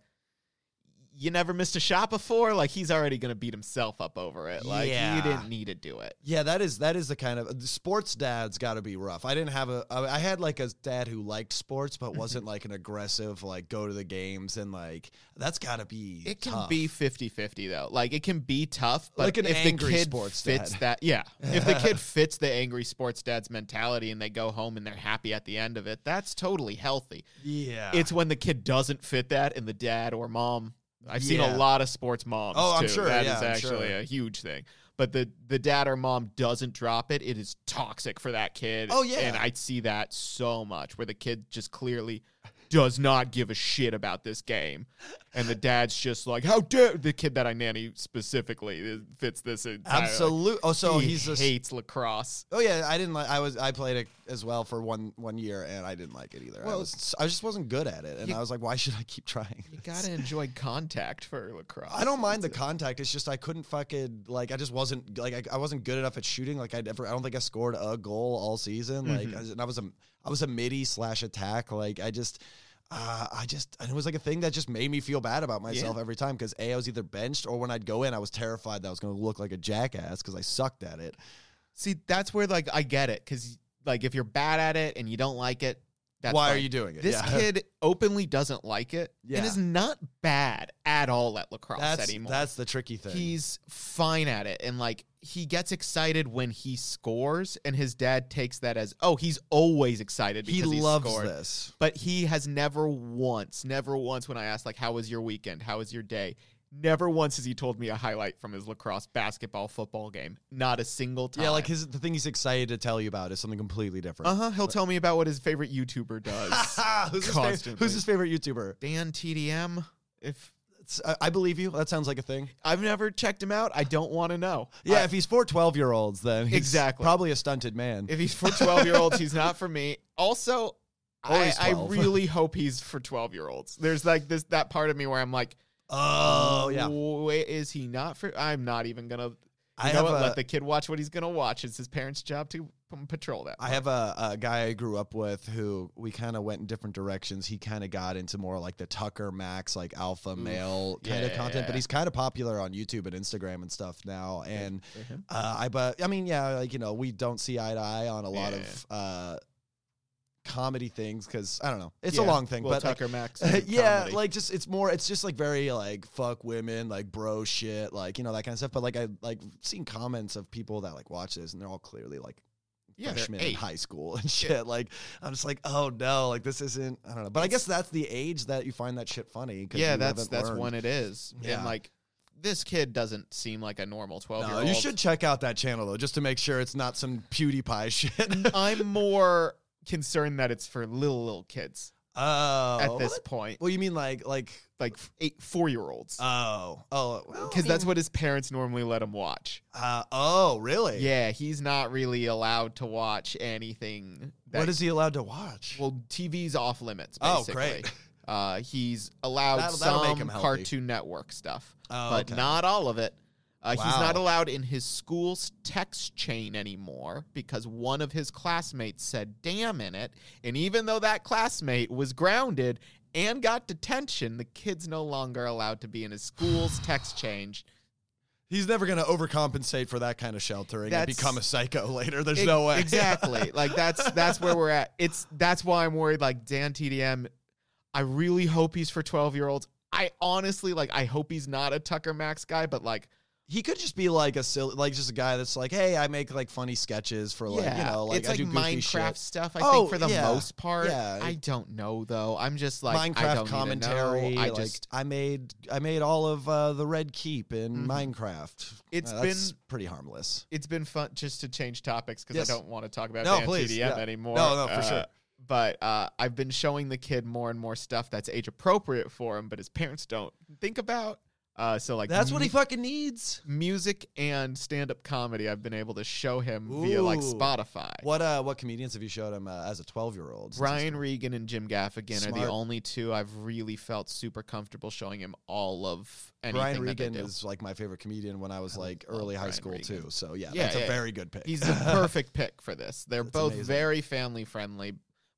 Speaker 4: you never missed a shot before like he's already gonna beat himself up over it like
Speaker 3: Yeah.
Speaker 4: you didn't need to do it
Speaker 3: Yeah, that is that is the kind of the sports dad's got to be rough. I didn't have a I I had like a dad who liked sports but wasn't like an aggressive like go to the games and like that's got to be
Speaker 4: it can
Speaker 3: tough.
Speaker 4: be 50-50 though like it can be tough but
Speaker 3: Like an
Speaker 4: if
Speaker 3: angry
Speaker 4: the kid
Speaker 3: sports
Speaker 4: fits
Speaker 3: dad.
Speaker 4: that yeah if the kid fits the angry sports dad's mentality and they go home and they're happy at the end of it that's totally healthy
Speaker 3: yeah.
Speaker 4: it's when the kid doesn't fit that and the dad or mom i've seen
Speaker 3: Yeah.
Speaker 4: a lot of sports moms
Speaker 3: Oh, I'm
Speaker 4: too.
Speaker 3: sure,
Speaker 4: That
Speaker 3: yeah,
Speaker 4: is
Speaker 3: I'm
Speaker 4: actually
Speaker 3: sure.
Speaker 4: a huge thing but the the dad or mom doesn't drop it it is toxic for that kid
Speaker 3: Oh, yeah.
Speaker 4: and i see that so much where the kid just clearly does not give a shit about this game and the dad's just like how dare the kid that i nanny specifically uh, fits this entire-
Speaker 3: absolute. Oh, so
Speaker 4: he
Speaker 3: he's a s-
Speaker 4: hates lacrosse
Speaker 3: Oh yeah, I didn't like. I was I played it as well for one one year, and I didn't like it either. I
Speaker 4: Well,
Speaker 3: was I just wasn't good at it, and
Speaker 4: you-
Speaker 3: I was like, why should I keep trying?
Speaker 4: you
Speaker 3: this?
Speaker 4: gotta enjoy contact for lacrosse
Speaker 3: I don't mind the
Speaker 4: It's-
Speaker 3: contact. It's just I couldn't fucking like I just wasn't like I, I wasn't good enough at shooting. Like I never I don't think I scored a goal all season. Like
Speaker 4: Mhm.
Speaker 3: I was- and I was a I was a midi slash attack. Like I just. Uh, I just and it was like a thing that just made me feel bad about myself every time because a I was either benched or when I'd go in I was terrified that I was going to look like a jackass because I sucked at it.
Speaker 4: See, that's where like I get it because like if you're bad at it and you don't like it, that's
Speaker 3: Why are
Speaker 4: fine.
Speaker 3: you doing it?
Speaker 4: This
Speaker 3: Yeah.
Speaker 4: kid openly doesn't like it
Speaker 3: Yeah.
Speaker 4: and is not bad at all at lacrosse
Speaker 3: that's
Speaker 4: anymore.
Speaker 3: that's the tricky thing.
Speaker 4: He's fine at it and like he gets excited when he scores, and his dad takes that as oh he's always excited
Speaker 3: he
Speaker 4: because he
Speaker 3: loves
Speaker 4: scored.
Speaker 3: this.
Speaker 4: But he has never once, never once when I asked like how was your weekend, how was your day. Never once has he told me a highlight from his lacrosse basketball football game. Not a single time.
Speaker 3: Yeah, like his the thing he's excited to tell you about is something completely
Speaker 4: Uh
Speaker 3: different.
Speaker 4: huh. He'll tell me about what his favorite YouTuber does.
Speaker 3: who's, his favorite,
Speaker 4: Constantly.
Speaker 3: who's his favorite YouTuber?
Speaker 4: Dan TDM. If
Speaker 3: It's- I, I believe you. That sounds like a thing.
Speaker 4: I've never checked him out, I don't want to know.
Speaker 3: Yeah,
Speaker 4: I-
Speaker 3: if he's four 12 year olds, then he's
Speaker 4: Exactly.
Speaker 3: probably a stunted man.
Speaker 4: if he's for twelve year olds, he's not for me. Also,
Speaker 3: Or
Speaker 4: I,
Speaker 3: he's
Speaker 4: I
Speaker 3: 12.
Speaker 4: really hope he's for twelve year olds. There's like this that part of me where I'm like,
Speaker 3: oh yeah,
Speaker 4: wait, is he not for? I'm not even gonna. You
Speaker 3: I
Speaker 4: know
Speaker 3: have
Speaker 4: what?
Speaker 3: a,
Speaker 4: Let the kid watch what he's gonna watch. It's his parents' job to p- patrol that.
Speaker 3: I have a, a guy I grew up with who we kind of went in different directions. He kind of got into more like the Tucker Max, like alpha male kind of
Speaker 4: Yeah,
Speaker 3: content, but
Speaker 4: yeah.
Speaker 3: he's kind of popular on YouTube and Instagram and stuff now. And
Speaker 4: For him.
Speaker 3: Uh, I but I mean, yeah, like you know, we don't see eye to eye on a lot
Speaker 4: Yeah.
Speaker 3: of uh, comedy things because I don't know, it's a
Speaker 4: Yeah.
Speaker 3: long thing,
Speaker 4: Well,
Speaker 3: but like,
Speaker 4: Tucker Max.
Speaker 3: yeah,
Speaker 4: comedy.
Speaker 3: like just it's more, it's just like very like fuck women, like bro shit, like you know that kind of stuff. But like I like seen comments of people that like watch this and they're all clearly like
Speaker 4: yeah, they're
Speaker 3: freshmen in
Speaker 4: eight.
Speaker 3: high school and shit. Like I'm just like, oh no, like this isn't. I don't know, but I guess that's the age that you find that shit funny. 'cause
Speaker 4: yeah
Speaker 3: you
Speaker 4: that's
Speaker 3: haven't
Speaker 4: that's
Speaker 3: learned.
Speaker 4: when it is
Speaker 3: Yeah.
Speaker 4: and like this kid doesn't seem like a normal 12 year
Speaker 3: No,
Speaker 4: old
Speaker 3: you should check out that channel though, just to make sure it's not some PewDiePie shit.
Speaker 4: uh, i'm more concerned that it's for little little kids
Speaker 3: Oh,
Speaker 4: at this
Speaker 3: what?
Speaker 4: point,
Speaker 3: Well, you mean like like
Speaker 4: like f- eight four year olds,
Speaker 3: oh oh well,
Speaker 4: because that's what his parents normally let him watch.
Speaker 3: uh, oh really?
Speaker 4: Yeah, he's not really allowed to watch anything. That,
Speaker 3: What is he allowed to watch?
Speaker 4: Well, TV's off limits.
Speaker 3: Oh,
Speaker 4: Basically.
Speaker 3: great.
Speaker 4: Uh, he's allowed
Speaker 3: That'll- that'll
Speaker 4: some
Speaker 3: make him healthy.
Speaker 4: Cartoon Network stuff,
Speaker 3: Oh,
Speaker 4: but
Speaker 3: okay.
Speaker 4: not all of it. Uh, He's
Speaker 3: Wow.
Speaker 4: not allowed in his school's text chain anymore because one of his classmates said "damn" in it, and even though that classmate was grounded and got detention, the kid's no longer allowed to be in his school's text chain.
Speaker 3: He's never going to overcompensate for that kind of sheltering and
Speaker 4: That's-
Speaker 3: become a psycho later. There's
Speaker 4: Ex-
Speaker 3: no way.
Speaker 4: Exactly. like that's that's where we're at. It's that's why I'm worried. Like Dan TDM, I really hope he's for 12 year olds. I honestly like. I hope he's not a Tucker Max guy, but like,
Speaker 3: he could just be like a silly, like just a guy that's like, hey, I make like funny sketches for like
Speaker 4: yeah,
Speaker 3: you know, like
Speaker 4: it's
Speaker 3: I
Speaker 4: like
Speaker 3: do goofy
Speaker 4: Minecraft
Speaker 3: shit.
Speaker 4: stuff. I
Speaker 3: Oh,
Speaker 4: think for the
Speaker 3: yeah.
Speaker 4: most part.
Speaker 3: Yeah.
Speaker 4: I don't know though. I'm just like I
Speaker 3: Minecraft
Speaker 4: don't
Speaker 3: commentary.
Speaker 4: Even know. I
Speaker 3: like,
Speaker 4: just
Speaker 3: I made I made all of uh, the Red Keep in
Speaker 4: Mhm.
Speaker 3: Minecraft.
Speaker 4: It's
Speaker 3: that's
Speaker 4: been-
Speaker 3: pretty harmless.
Speaker 4: it's been fun just to change topics because
Speaker 3: Yes.
Speaker 4: I don't want to talk about
Speaker 3: No,
Speaker 4: Dan
Speaker 3: please,
Speaker 4: TDM
Speaker 3: yeah.
Speaker 4: anymore. Uh,
Speaker 3: No, no, for sure.
Speaker 4: But uh, I've been showing the kid more and more stuff that's age appropriate for him, but his parents don't think about. Uh, so like
Speaker 3: That's what he
Speaker 4: mu-
Speaker 3: fucking needs.
Speaker 4: music and stand up comedy. I've been able to show him via like
Speaker 3: Ooh.
Speaker 4: Spotify.
Speaker 3: What uh, what comedians have you showed him uh, as a twelve year old?
Speaker 4: Ryan Regan and Jim Gaffigan are
Speaker 3: Smart.
Speaker 4: the only two I've really felt super comfortable showing him all of anything
Speaker 3: Brian
Speaker 4: that they
Speaker 3: Regan
Speaker 4: do.
Speaker 3: is like my favorite comedian when I was like
Speaker 4: love
Speaker 3: early high
Speaker 4: Brian
Speaker 3: school
Speaker 4: Regan.
Speaker 3: too. So yeah,
Speaker 4: Yeah,
Speaker 3: that's a
Speaker 4: yeah,
Speaker 3: very good pick.
Speaker 4: He's the perfect pick for this. They're
Speaker 3: That's
Speaker 4: both
Speaker 3: amazing.
Speaker 4: very family friendly.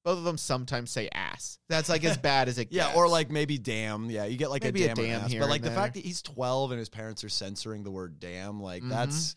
Speaker 4: Both of them sometimes say ass. That's like as bad as it
Speaker 3: yeah,
Speaker 4: gets.
Speaker 3: or like maybe damn. Yeah, you get like
Speaker 4: Maybe a
Speaker 3: a damn, or
Speaker 4: damn
Speaker 3: ass,
Speaker 4: here
Speaker 3: but
Speaker 4: and
Speaker 3: like the
Speaker 4: there.
Speaker 3: fact that he's twelve and his parents are censoring the word damn, like
Speaker 4: Mhm.
Speaker 3: that's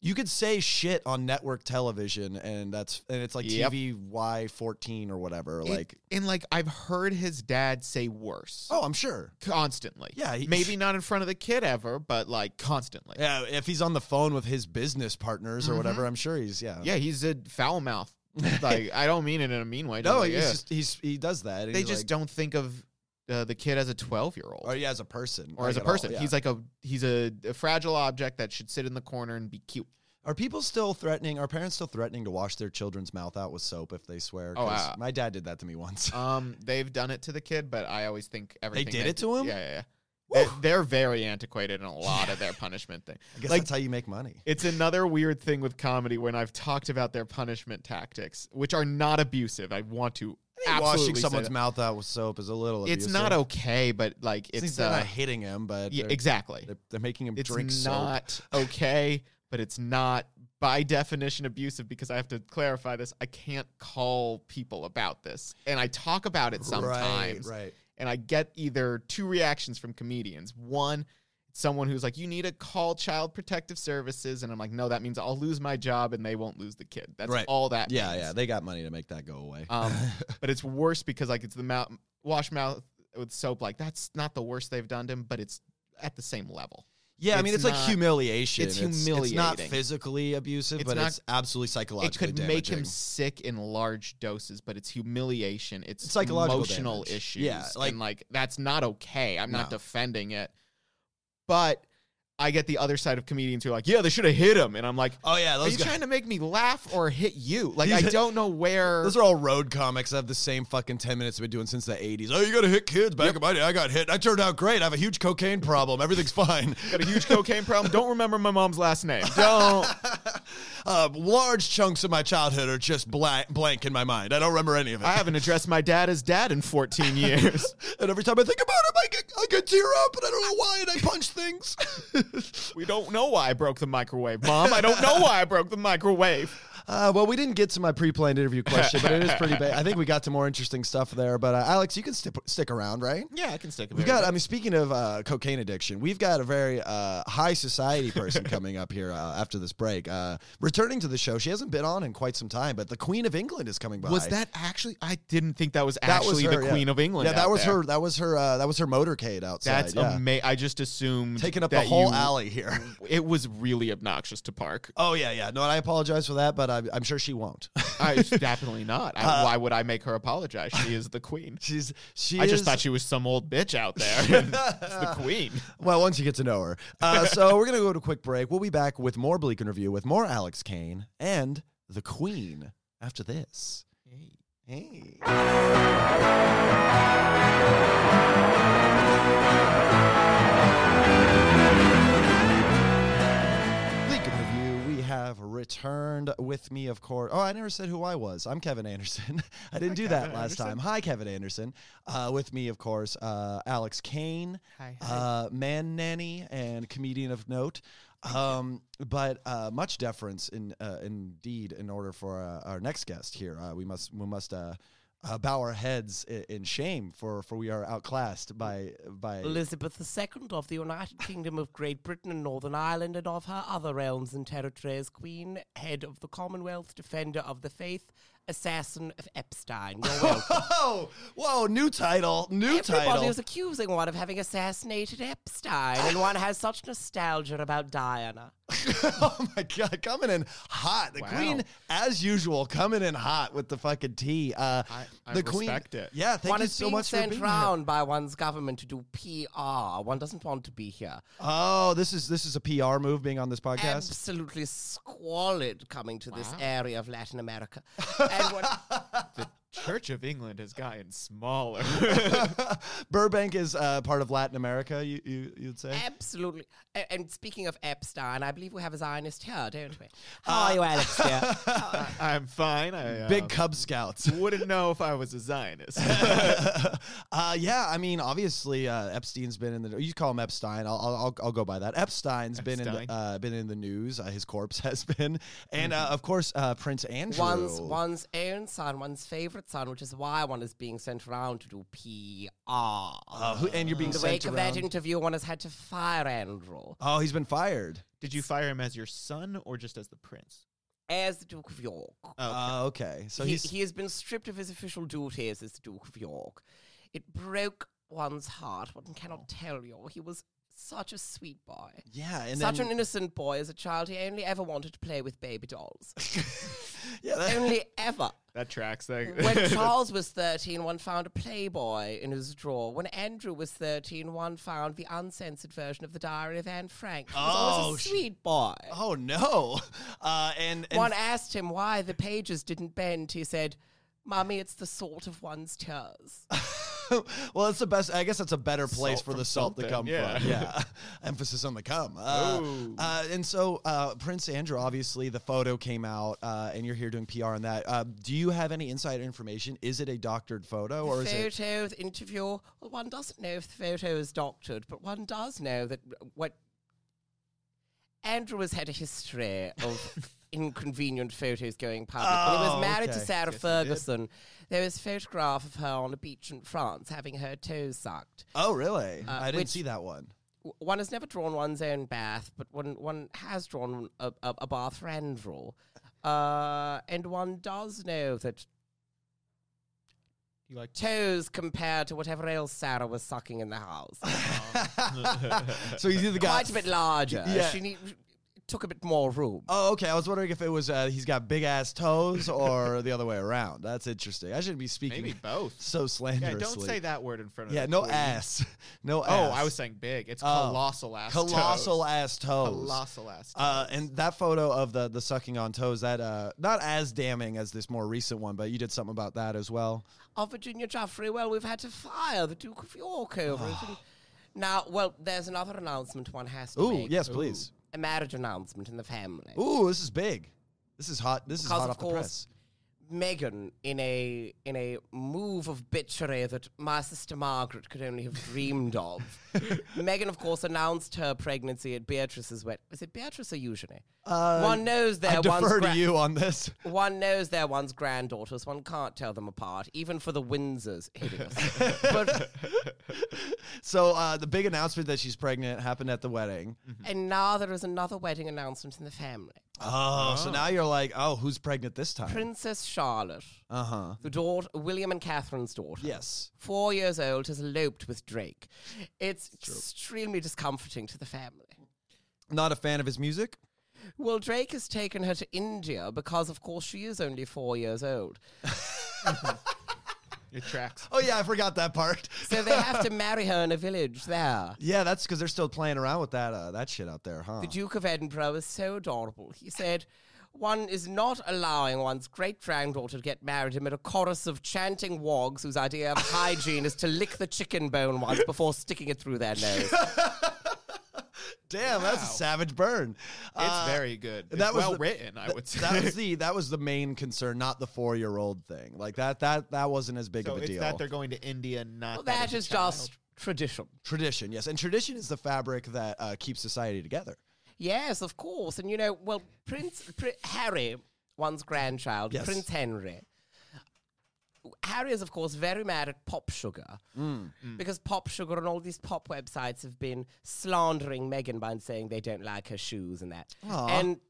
Speaker 3: you could say shit on network television and that's and it's like
Speaker 4: Yep.
Speaker 3: TVY fourteen or whatever.
Speaker 4: It-
Speaker 3: like
Speaker 4: and like I've heard his dad say worse
Speaker 3: oh, I'm sure.
Speaker 4: constantly.
Speaker 3: Yeah, he-
Speaker 4: maybe not in front of the kid ever, but like constantly.
Speaker 3: Yeah, if he's on the phone with his business partners or
Speaker 4: Mhm.
Speaker 3: whatever, I'm sure he's yeah.
Speaker 4: Yeah, he's a foul mouth. like I don't mean it in a mean way.
Speaker 3: No,
Speaker 4: like,
Speaker 3: he's
Speaker 4: yeah.
Speaker 3: just he's he does that. and
Speaker 4: they
Speaker 3: he's
Speaker 4: just
Speaker 3: like-
Speaker 4: don't think of uh, the kid as a 12 year
Speaker 3: Or
Speaker 4: old
Speaker 3: yeah, as a person,
Speaker 4: or as a
Speaker 3: like, at all,
Speaker 4: person
Speaker 3: yeah.
Speaker 4: he's like a he's a, a fragile object that should sit in the corner and be cute
Speaker 3: Are people still threatening? Are parents still threatening to wash their children's mouth out with soap if they swear? 'Cause
Speaker 4: Oh, uh,
Speaker 3: my dad did that to me once.
Speaker 4: um they've done it to the kid but i always think everything
Speaker 3: did it to him?
Speaker 4: yeah yeah, yeah.
Speaker 3: Woo.
Speaker 4: They're, they're very antiquated in a lot of their punishment thing
Speaker 3: I guess
Speaker 4: like-
Speaker 3: that's how you make money.
Speaker 4: it's another weird thing with comedy when i've talked about their punishment tactics which are not abusive i want to absolutely
Speaker 3: Washing
Speaker 4: say
Speaker 3: someone's
Speaker 4: that.
Speaker 3: mouth out with soap is a little.
Speaker 4: it's
Speaker 3: abusive.
Speaker 4: not okay but like
Speaker 3: It's,
Speaker 4: it's
Speaker 3: they're
Speaker 4: uh,
Speaker 3: not hitting him, but
Speaker 4: yeah,
Speaker 3: they're,
Speaker 4: exactly
Speaker 3: they're, they're making him
Speaker 4: it's
Speaker 3: drink soap.
Speaker 4: not okay, but it's not by definition abusive because I have to clarify this. I can't call people about this, and I talk about it sometimes,
Speaker 3: Right, right.
Speaker 4: and I get either two reactions from comedians. One, someone who's like, "You need to call Child Protective Services," and I'm like, "No, that means I'll lose my job, and they won't lose the kid. That's
Speaker 3: Right.
Speaker 4: all that.
Speaker 3: Yeah,
Speaker 4: means.
Speaker 3: yeah. They got money to make that go away.
Speaker 4: Um, but it's worse because like it's the mouth wash mouth with soap. Like that's not the worst they've done to him, but it's at the same level.
Speaker 3: yeah, I mean,
Speaker 4: it's
Speaker 3: it's like
Speaker 4: not-
Speaker 3: humiliation.
Speaker 4: it's
Speaker 3: It's not
Speaker 4: humiliating.
Speaker 3: physically abusive,
Speaker 4: It's
Speaker 3: but
Speaker 4: not-
Speaker 3: it's absolutely
Speaker 4: it
Speaker 3: psychologically
Speaker 4: could make
Speaker 3: damaging.
Speaker 4: him sick in large doses, but it's humiliation. It's,
Speaker 3: It's psychological
Speaker 4: emotional
Speaker 3: damage.
Speaker 4: issues.
Speaker 3: Yeah, like-
Speaker 4: and like that's not okay. I'm not
Speaker 3: No.
Speaker 4: defending it, but I get the other side of comedians who are like, "Yeah, they should have hit him," and I'm like,
Speaker 3: oh yeah,
Speaker 4: "Are
Speaker 3: those
Speaker 4: you
Speaker 3: guys.
Speaker 4: trying to make me laugh or hit you?" Like I
Speaker 3: These-
Speaker 4: don't know where.
Speaker 3: Those are all road comics that have the same fucking 10 minutes they've been doing since the 80s. Oh, you got to hit kids. Back in my day, I got hit. I turned out great. I have a huge cocaine problem. Everything's fine.
Speaker 4: Got a huge cocaine problem. Don't remember my mom's last name. Don't.
Speaker 3: uh, large chunks of my childhood are just blank, blank in my mind. I don't remember any of it.
Speaker 4: I haven't addressed my dad as dad in 14 years.
Speaker 3: and every time I think about him, I get, I get tear up, and I don't know why, and I punch things.
Speaker 4: We don't know why I broke the microwave, mom. I don't know why I broke the microwave.
Speaker 3: uh, well, we didn't get to my pre-planned interview question, but it is pretty bad. I think we got to more interesting stuff there. But uh, Alex, you can stip stick around, right?
Speaker 4: Yeah, I can stick it.
Speaker 3: We've got. I mean, speaking of uh, cocaine addiction, we've got a very uh, high society person coming up here uh, after this break. Uh, returning to the show, she hasn't been on in quite some time, but the Queen of England is coming by.
Speaker 4: Was that actually? I didn't think that was
Speaker 3: That was
Speaker 4: actually
Speaker 3: her,
Speaker 4: the
Speaker 3: yeah.
Speaker 4: Queen of England.
Speaker 3: Yeah, that
Speaker 4: out
Speaker 3: was
Speaker 4: there.
Speaker 3: her. That was her. Uh, that was her motorcade outside.
Speaker 4: That's
Speaker 3: yeah.
Speaker 4: amazing. I just assumed
Speaker 3: taking up the
Speaker 4: that
Speaker 3: whole
Speaker 4: you-
Speaker 3: alley here.
Speaker 4: It was really obnoxious to park.
Speaker 3: Oh yeah, yeah. No, and I apologize for that, but I'm, I'm sure she won't.
Speaker 4: I, definitely not. I, why would I make her apologize? She is the queen.
Speaker 3: Uh, She's she.
Speaker 4: I just
Speaker 3: is-
Speaker 4: thought she was some old bitch out there. it's the queen.
Speaker 3: Well, once you get to know her. Uh, so we're gonna go to a quick break. We'll be back with more Bleak interview with more Alex Kane and the Queen after this. Hey. League of Review, we have returned with me, of course. Oh, I never said who I was. I'm Kevin Anderson. I didn't do that
Speaker 4: Kevin
Speaker 3: last
Speaker 4: Anderson.
Speaker 3: time. Hi, Kevin Anderson. Uh, with me, of course, uh, Alex Kane,
Speaker 4: Hi. hi.
Speaker 3: uh, man nanny, and comedian of note. Um, but uh, much deference in uh, indeed. In order for uh, our next guest here, uh, we must we must uh, uh, bow our heads in, in shame for for we are outclassed by by.
Speaker 5: Elizabeth II of the United Kingdom of Great Britain and Northern Ireland and of her other realms and territories, Queen, head of the Commonwealth, defender of the faith, assassin of Epstein. You're welcome.
Speaker 3: Whoa! Whoa! New title. New
Speaker 5: Everybody
Speaker 3: title.
Speaker 5: was accusing one of having assassinated Epstein, and one has such nostalgia about Diana.
Speaker 3: oh my god, coming in hot. The
Speaker 4: Wow.
Speaker 3: queen, as usual, coming in hot with the fucking tea. Uh,
Speaker 4: I- I
Speaker 3: the queen.
Speaker 4: respect it.
Speaker 3: Yeah, thank
Speaker 5: one
Speaker 3: you
Speaker 5: is
Speaker 3: so
Speaker 5: being
Speaker 3: much for
Speaker 5: sent
Speaker 3: being here.
Speaker 5: round by one's government to do PR. One doesn't want to be here.
Speaker 3: Oh, this is this is a PR move being on this podcast.
Speaker 5: Absolutely squalid coming to this
Speaker 4: Wow.
Speaker 5: area of Latin America. and one,
Speaker 4: Church of England has gotten smaller.
Speaker 3: Burbank is uh, part of Latin America. You, you you'd say.
Speaker 5: Absolutely. A- And speaking of Epstein, I believe we have a Zionist here, don't we? Uh, How are you, Alex, dear?
Speaker 4: I'm fine. I uh,
Speaker 3: Big Cub Scouts.
Speaker 4: wouldn't know if I was a Zionist.
Speaker 3: Uh, yeah, I mean, obviously, uh, Epstein's been in the. You call him Epstein. I'll, I'll, I'll- I'll go by that. Epstein's been in
Speaker 4: Epstein.
Speaker 3: the, uh, been in the news. Uh, his corpse has been, and uh, of course, uh, Prince Andrew.
Speaker 5: one's, one's own son, one's favorite son, which is why one is being sent round to do PR.
Speaker 3: Uh, who- and you're being
Speaker 5: In the
Speaker 3: sent
Speaker 5: wake of that
Speaker 3: around-
Speaker 5: interview, one has had to fire Andrew
Speaker 3: Oh, he's been fired.
Speaker 4: Did you fire him as your son or just as the prince?
Speaker 5: as the Duke of York.
Speaker 3: Oh, okay. So
Speaker 5: he,
Speaker 3: he's
Speaker 5: he has been stripped of his official duties as the Duke of York. It broke one's heart. One cannot tell you. He was such a sweet boy.
Speaker 3: yeah, and
Speaker 5: Such
Speaker 3: then,
Speaker 5: an innocent boy as a child, he only ever wanted to play with baby dolls.
Speaker 3: yeah, that-
Speaker 5: only ever.
Speaker 4: That tracks. That,
Speaker 5: When Charles was 13, one found a Playboy in his drawer. When Andrew was 13, one found the uncensored version of the Diary of Anne Frank. He was
Speaker 3: Oh,
Speaker 5: always
Speaker 3: sh-
Speaker 5: a sweet boy.
Speaker 3: oh no, uh, and, and
Speaker 5: One asked him why the pages didn't bend. He said, Mummy, it's the salt of one's tears.
Speaker 3: well, it's the best. I guess that's a better place
Speaker 4: Salt
Speaker 3: for
Speaker 4: from
Speaker 3: the salt to
Speaker 4: something,
Speaker 3: come
Speaker 4: yeah.
Speaker 3: from. Yeah, emphasis on the come. Uh,
Speaker 4: Ooh.
Speaker 3: uh, and so uh, Prince Andrew, obviously, the photo came out, uh, and you're here doing PR on that. Uh, do you have any insider information? Is it a doctored photo, or is it?
Speaker 5: Photo, the interview. Well, one doesn't know if the photo is doctored, but one does know that what Andrew has had a history of inconvenient photos going public. when he
Speaker 3: Oh,
Speaker 5: was married
Speaker 3: okay.
Speaker 5: to Sarah
Speaker 4: Yes, he did.
Speaker 5: Ferguson, there was a photograph of her on a beach in France having her toes sucked.
Speaker 3: Oh, really? I didn't
Speaker 5: Uh, which-
Speaker 3: see that one.
Speaker 5: W- One has never drawn one's own bath, but one, one has drawn a, a, a bath for Andrew. Uh, and one does know that
Speaker 4: you like
Speaker 5: toes compared to whatever else Sarah was sucking in the house.
Speaker 3: So he's either got
Speaker 5: quite a bit larger.
Speaker 3: Yeah.
Speaker 5: She need, it took a bit more room.
Speaker 3: Oh, okay. I was wondering if it was uh, he's got big ass toes or the other way around. That's interesting. I shouldn't be speaking
Speaker 4: maybe both.
Speaker 3: so
Speaker 4: Yeah,
Speaker 3: slanderously.
Speaker 4: don't say that word in front of.
Speaker 3: Yeah,
Speaker 4: the
Speaker 3: no
Speaker 4: queen.
Speaker 3: ass. No ass.
Speaker 4: Oh, I was saying big. It's
Speaker 3: Oh.
Speaker 4: colossal ass. toes.
Speaker 3: colossal ass toes.
Speaker 4: Colossal ass. toes.
Speaker 3: Uh, and that photo of the the sucking on toes that uh not as damning as this more recent one, but you did something about that as well.
Speaker 5: Oh, Virginia Jaffrey, well, we've had to fire the Duke of York over it. And now, well, there's another announcement one has to
Speaker 3: Ooh,
Speaker 5: make.
Speaker 3: yes, please.
Speaker 5: A marriage announcement in the family.
Speaker 3: Ooh, this is big. This is hot. This is
Speaker 5: Because
Speaker 3: hot
Speaker 5: of
Speaker 3: off the
Speaker 5: course-
Speaker 3: press.
Speaker 5: Megan, in a in a move of bitchery that my sister Margaret could only have dreamed of, Megan, of course, announced her pregnancy at Beatrice's wedding. Is it Beatrice or Eugenie? one knows
Speaker 3: Uh, I
Speaker 5: their one's
Speaker 3: defer to
Speaker 5: gra-
Speaker 3: you on this.
Speaker 5: One knows they're one's granddaughters. One can't tell them apart, even for the Windsors hitting us. but,
Speaker 3: So uh, the big announcement that she's pregnant happened at the wedding.
Speaker 5: and now there is another wedding announcement in the family.
Speaker 3: Oh, so now you're like, oh, who's pregnant this time?
Speaker 5: Princess Charlotte,
Speaker 3: Uh huh.
Speaker 5: the daughter, William and Catherine's daughter.
Speaker 3: Yes.
Speaker 5: Four years old has eloped with Drake. It's extremely discomforting to the family.
Speaker 3: Not a fan of his music.
Speaker 5: Well, Drake has taken her to India because, of course, she is only four years old.
Speaker 4: it tracks.
Speaker 3: Oh yeah, I forgot that part.
Speaker 5: So they have to marry her in a village there.
Speaker 3: Yeah, that's because they're still playing around with that uh, that shit out there, huh?
Speaker 5: The Duke of Edinburgh is so adorable. He said, one is not allowing one's great granddaughter to get married amid a chorus of chanting wogs whose idea of hygiene is to lick the chicken bone once before sticking it through their nose.
Speaker 3: Damn, that's a
Speaker 4: Wow.
Speaker 3: savage burn.
Speaker 4: It's very good. It's
Speaker 3: that was
Speaker 4: well
Speaker 3: the-
Speaker 4: written, I would say.
Speaker 3: that was the that was the main concern, not the four year old thing. Like that that that wasn't as big
Speaker 4: so
Speaker 3: of a
Speaker 4: it's
Speaker 3: deal.
Speaker 4: that they're going to India, not
Speaker 5: Well,
Speaker 4: that,
Speaker 5: that
Speaker 4: it's
Speaker 5: is
Speaker 4: a child.
Speaker 5: just tradition.
Speaker 3: tradition, yes, and tradition is the fabric that uh, keeps society together.
Speaker 5: Yes, of course. And you know, well, Prince Pri- Harry, one's grandchild,
Speaker 3: Yes.
Speaker 5: Prince Henry. Harry is, of course, very mad at Pop Sugar
Speaker 4: Mm,
Speaker 5: because Pop Sugar and all these pop websites have been slandering Meghan by saying they don't like her shoes and that.
Speaker 3: Aw.
Speaker 5: And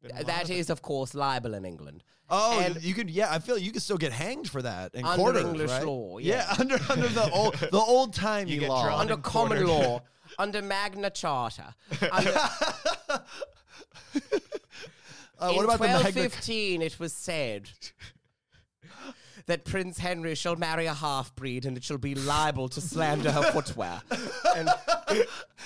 Speaker 4: been a lot
Speaker 5: that
Speaker 4: of
Speaker 5: is, of course, libel in England.
Speaker 3: Oh,
Speaker 5: And-
Speaker 3: you could yeah. I feel you could still get hanged for that in
Speaker 5: Under
Speaker 3: quarters,
Speaker 5: English
Speaker 3: right?
Speaker 5: law,
Speaker 3: yeah. under under the old the old timey
Speaker 4: You get
Speaker 3: law.
Speaker 4: drawn
Speaker 5: Under
Speaker 4: and
Speaker 5: common
Speaker 4: quartered.
Speaker 5: law, under Magna Charta. Under,
Speaker 3: Uh, what
Speaker 5: in
Speaker 3: about the Magna?
Speaker 5: 1215, it was said that Prince Henry shall marry a half breed and it shall be liable to slander her footwear. And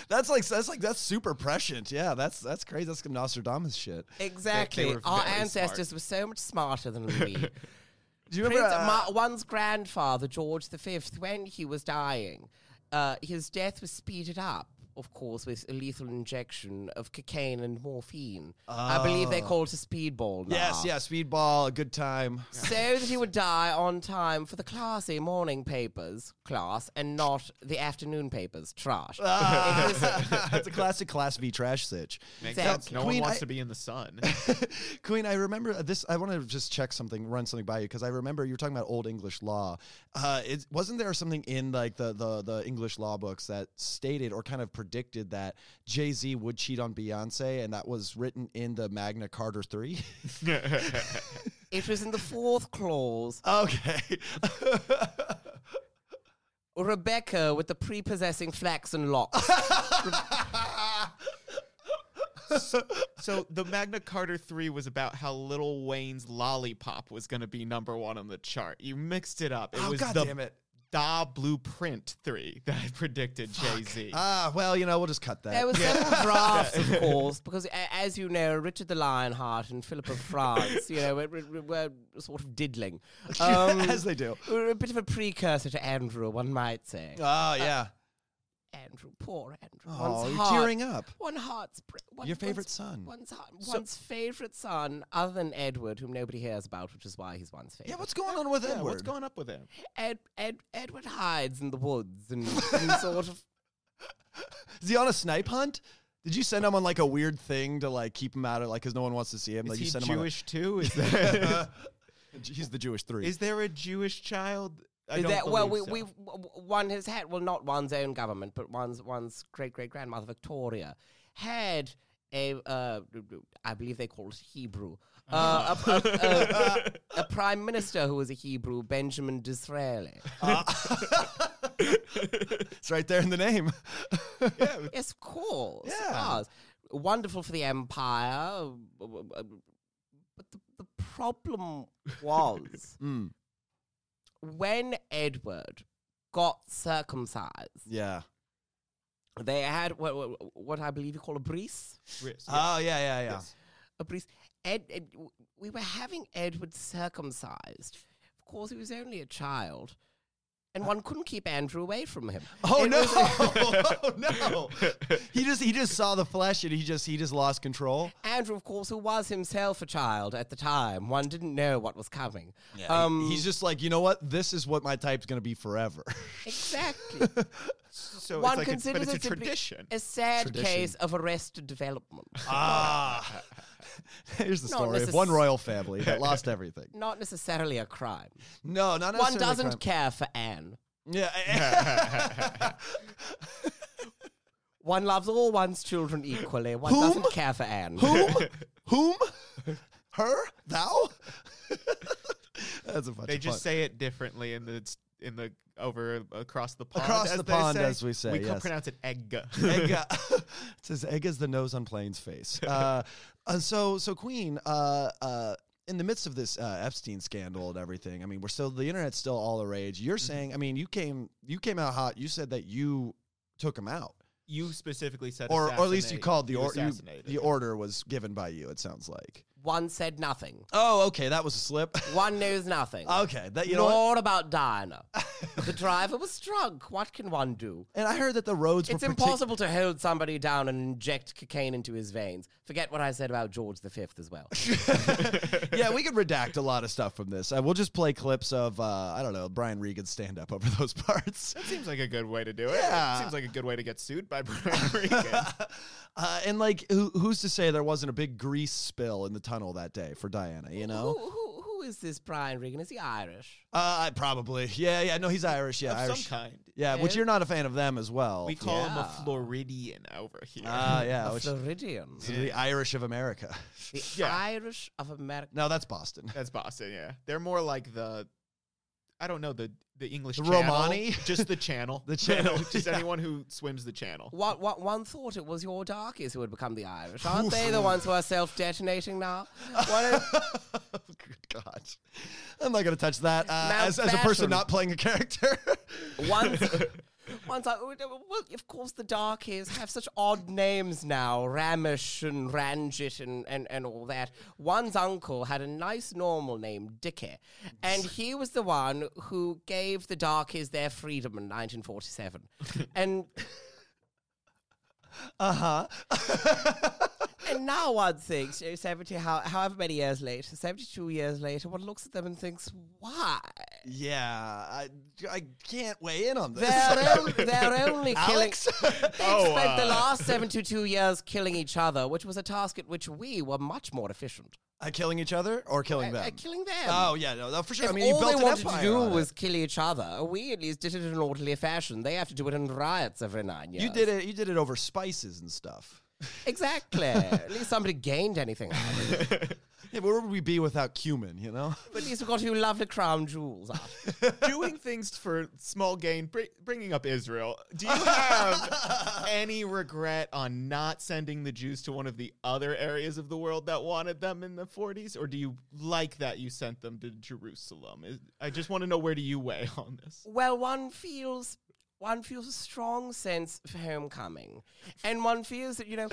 Speaker 3: That's like that's like that's super prescient. Yeah, that's that's crazy. That's some Nostradamus shit.
Speaker 5: exactly.
Speaker 4: were
Speaker 5: Our
Speaker 4: very smart.
Speaker 5: ancestors were so much smarter than we.
Speaker 3: Do you
Speaker 5: Prince,
Speaker 3: remember? uh,
Speaker 5: my, one's grandfather, George V, when he was dying, uh, his death was speeded up. Of course, with a lethal injection of cocaine and morphine. I believe they call it a speedball now.
Speaker 3: Oh. yes, yeah, speedball, a good time.
Speaker 5: so that he would die on time for the classy morning papers class and not the afternoon papers trash.
Speaker 3: Uh.
Speaker 5: It was-
Speaker 4: Uh,
Speaker 3: that's a classic class V trash sitch.
Speaker 4: Makes
Speaker 5: Exactly.
Speaker 4: sense. No
Speaker 3: Queen,
Speaker 4: one wants
Speaker 3: I-
Speaker 4: to be in the sun.
Speaker 3: Queen, I remember uh, this. I want to just check something, run something by you because I remember you were talking about Old English law. Uh, it, wasn't there something in like the, the the English law books that stated or kind of predicted that Jay Z would cheat on Beyonce, and that was written in the Magna Carta Three?
Speaker 5: it was in the fourth clause.
Speaker 3: okay,
Speaker 5: Rebecca with the prepossessing flaxen locks.
Speaker 4: so the Magna Carta 3 was about how Little Wayne's Lollipop was going to be number 1 on the chart. You mixed it up. It
Speaker 3: Oh,
Speaker 4: was
Speaker 3: God
Speaker 4: the
Speaker 3: damn it.
Speaker 4: Da Blueprint 3 that predicted Jay-Z.
Speaker 3: ah, well, you know, we'll just cut that.
Speaker 5: There were several drafts, of course, because a- as you know, Richard the Lionheart and Philip of France, you know, were, were, were sort of diddling. Um,
Speaker 3: as they do.
Speaker 5: were a bit of a precursor to Andrew, one might say.
Speaker 3: Oh yeah,
Speaker 5: Andrew, poor Andrew.
Speaker 3: Oh,
Speaker 5: One's
Speaker 3: you're
Speaker 5: heart-
Speaker 3: tearing up.
Speaker 5: One heart's br- one,
Speaker 3: Your favorite
Speaker 5: one's-
Speaker 3: son.
Speaker 5: One's heart, one's favorite son, other than Edward, whom nobody hears about, which is why he's one's favorite.
Speaker 3: yeah. What's going on with
Speaker 4: Yeah,
Speaker 3: Edward?
Speaker 4: what's going up with him?
Speaker 5: Ed, Ed, Edward hides in the woods and, and sort of.
Speaker 3: Is he on a snipe hunt? Did you send him on like a weird thing to like keep him out of like because no one wants to see him?
Speaker 4: Is
Speaker 3: like you
Speaker 4: he
Speaker 3: send
Speaker 4: Jewish too? Is
Speaker 3: Uh,
Speaker 4: there,
Speaker 3: him on a, he's the Jewish three.
Speaker 4: is there a Jewish child? I
Speaker 5: Is
Speaker 4: don't
Speaker 5: that- well, we,
Speaker 4: believe so.
Speaker 5: we've w- w- one has had well, not one's own government, but one's one's great great grandmother Victoria had a uh, I believe they call it Hebrew, uh, a, a- a- a prime minister who was a Hebrew, Benjamin Disraeli.
Speaker 3: it's right there in the name.
Speaker 5: Yes, of course.
Speaker 3: Yeah.
Speaker 5: Ours. Wonderful for the empire. uh, uh, uh, But the, the problem was
Speaker 3: Mm,
Speaker 5: when Edward got circumcised,
Speaker 3: yeah.
Speaker 5: they had what, what, what I believe you call a breeze.
Speaker 4: Yes,
Speaker 5: Uh,
Speaker 4: yes.
Speaker 3: Oh yeah, yeah, yeah.
Speaker 4: Yes.
Speaker 5: A breeze. Ed, Ed- w- we were having Edward circumcised. Of course, he was only a child. And one couldn't keep Andrew away from him.
Speaker 3: Oh
Speaker 5: It
Speaker 3: no!
Speaker 5: was like-
Speaker 3: oh no! He just he just saw the flesh and he just he just lost control.
Speaker 5: Andrew, of course, who was himself a child at the time, one didn't know what was coming. Um,
Speaker 3: He- he's just like you know what? This is what my type's gonna be forever.
Speaker 5: exactly.
Speaker 4: So it's
Speaker 5: one
Speaker 4: like it's, but
Speaker 5: considers
Speaker 4: it's a
Speaker 5: it to be
Speaker 4: tradition.
Speaker 5: a sad
Speaker 3: Tradition.
Speaker 5: case of arrested development.
Speaker 3: ah. Here's the
Speaker 5: Not
Speaker 3: story of
Speaker 5: necess-
Speaker 3: one royal family that lost everything.
Speaker 5: Not necessarily a crime.
Speaker 3: No, not
Speaker 5: One
Speaker 3: necessarily crime.
Speaker 5: doesn't care for Anne.
Speaker 3: Yeah.
Speaker 5: One loves all one's children equally. One
Speaker 3: Whom?
Speaker 5: doesn't care for Anne.
Speaker 3: Whom? Whom? Her? Thou? That's a bunch
Speaker 4: They
Speaker 3: of
Speaker 4: just
Speaker 3: fun.
Speaker 4: say it differently in the in the over across the pond.
Speaker 3: Across
Speaker 4: as
Speaker 3: the
Speaker 4: they
Speaker 3: pond,
Speaker 4: say.
Speaker 3: as we say,
Speaker 4: We can
Speaker 3: yes.
Speaker 4: pronounce it egg.
Speaker 3: Egg, uh, it says egg is the nose on plane's face. Uh, uh, so, so Queen, uh, uh, in the midst of this uh, Epstein scandal and everything, I mean, we're still the internet's still all the rage. You're saying, I mean, you came you came out hot. You said that you took him out,
Speaker 4: you specifically said,
Speaker 3: or or at least you
Speaker 4: assassinate.
Speaker 3: called the
Speaker 4: You
Speaker 3: order.
Speaker 4: assassinated.
Speaker 3: The order was given by you. It sounds like.
Speaker 5: One said nothing.
Speaker 3: Oh, okay, that was a slip.
Speaker 5: One knows nothing.
Speaker 3: okay, that you know. what?
Speaker 5: Nor about Diana. the driver was drunk. What can one do?
Speaker 3: And I heard that the roads
Speaker 5: It's
Speaker 3: were partic-
Speaker 5: impossible to hold somebody down and inject cocaine into his veins. Forget what I said about George V as well.
Speaker 3: yeah, we could redact a lot of stuff from this. Uh, we'll just play clips of uh, I don't know Brian Regan's stand up over those parts.
Speaker 4: That seems like a good way to do it.
Speaker 3: Yeah.
Speaker 4: Seems like a good way to get sued by Brian Regan.
Speaker 3: Uh, and like, who, who's to say there wasn't a big grease spill in the tunnel that day for Diana? You know,
Speaker 5: Who, who, who is this Brian Regan? Is he Irish?
Speaker 3: uh, I probably. Yeah, yeah. No, he's Irish. Yeah,
Speaker 4: Of
Speaker 3: Irish.
Speaker 4: some kind.
Speaker 3: Yeah, which you're not a fan of them as well.
Speaker 4: We call him
Speaker 5: Yeah.
Speaker 4: a Floridian over here.
Speaker 3: Ah, yeah,
Speaker 5: A
Speaker 3: which
Speaker 5: Floridian.
Speaker 3: the Irish of America.
Speaker 5: The
Speaker 4: Yeah.
Speaker 5: Irish of America.
Speaker 3: No, that's Boston.
Speaker 4: That's Boston, yeah. They're more like the I don't know, the the English
Speaker 3: The
Speaker 4: channel.
Speaker 3: Romani?
Speaker 4: Just the channel.
Speaker 3: The channel,
Speaker 4: just
Speaker 3: yeah.
Speaker 4: anyone who swims the channel.
Speaker 5: What, what, one thought it was your darkies who had become the Irish. Aren't they the ones who are self detonating now? What is,
Speaker 3: Good God, I'm not gonna touch that. Uh,
Speaker 5: Mount
Speaker 3: as, as a person
Speaker 5: Basham.
Speaker 3: not playing a character.
Speaker 5: Once, once I, well, of course, the Darkies have such odd names now Ramish and Ranjit and, and, and all that. One's uncle had a nice normal name, Dicky, and he was the one who gave the Darkies their freedom in 1947. and,
Speaker 3: uh huh.
Speaker 5: and now one thinks, you know, 70, how, however many years later, 72 years later, one looks at them and thinks, why?
Speaker 3: Yeah, I, I can't weigh in on this.
Speaker 5: They're, on- they're only killing.
Speaker 3: Alex?
Speaker 5: They spent the last 72 years killing each other, which was a task at which we were much more efficient.
Speaker 3: Uh, killing each other or killing
Speaker 5: Uh,
Speaker 3: them?
Speaker 5: killing them.
Speaker 3: Oh yeah, no, no, for sure.
Speaker 5: If
Speaker 3: I mean, you
Speaker 5: all
Speaker 3: built
Speaker 5: they
Speaker 3: an
Speaker 5: wanted to
Speaker 3: empire
Speaker 5: do
Speaker 3: on it.
Speaker 5: was kill each other. We at least did it in an orderly fashion. They have to do it in riots every nine years.
Speaker 3: you did it. You did it over spices and stuff.
Speaker 5: Exactly. at least somebody gained anything. out of it.
Speaker 3: Yeah, but where would we be without cumin? You know,
Speaker 5: But at least we got two lovely crown jewels out.
Speaker 4: Doing things for small gain, br- bringing up Israel. Do you have any regret on not sending the Jews to one of the other areas of the world that wanted them in the 40s? Or do you like that you sent them to Jerusalem? Is- I just want to know where do you weigh on this?
Speaker 5: Well, one feels one feels a strong sense of homecoming, and one feels that you know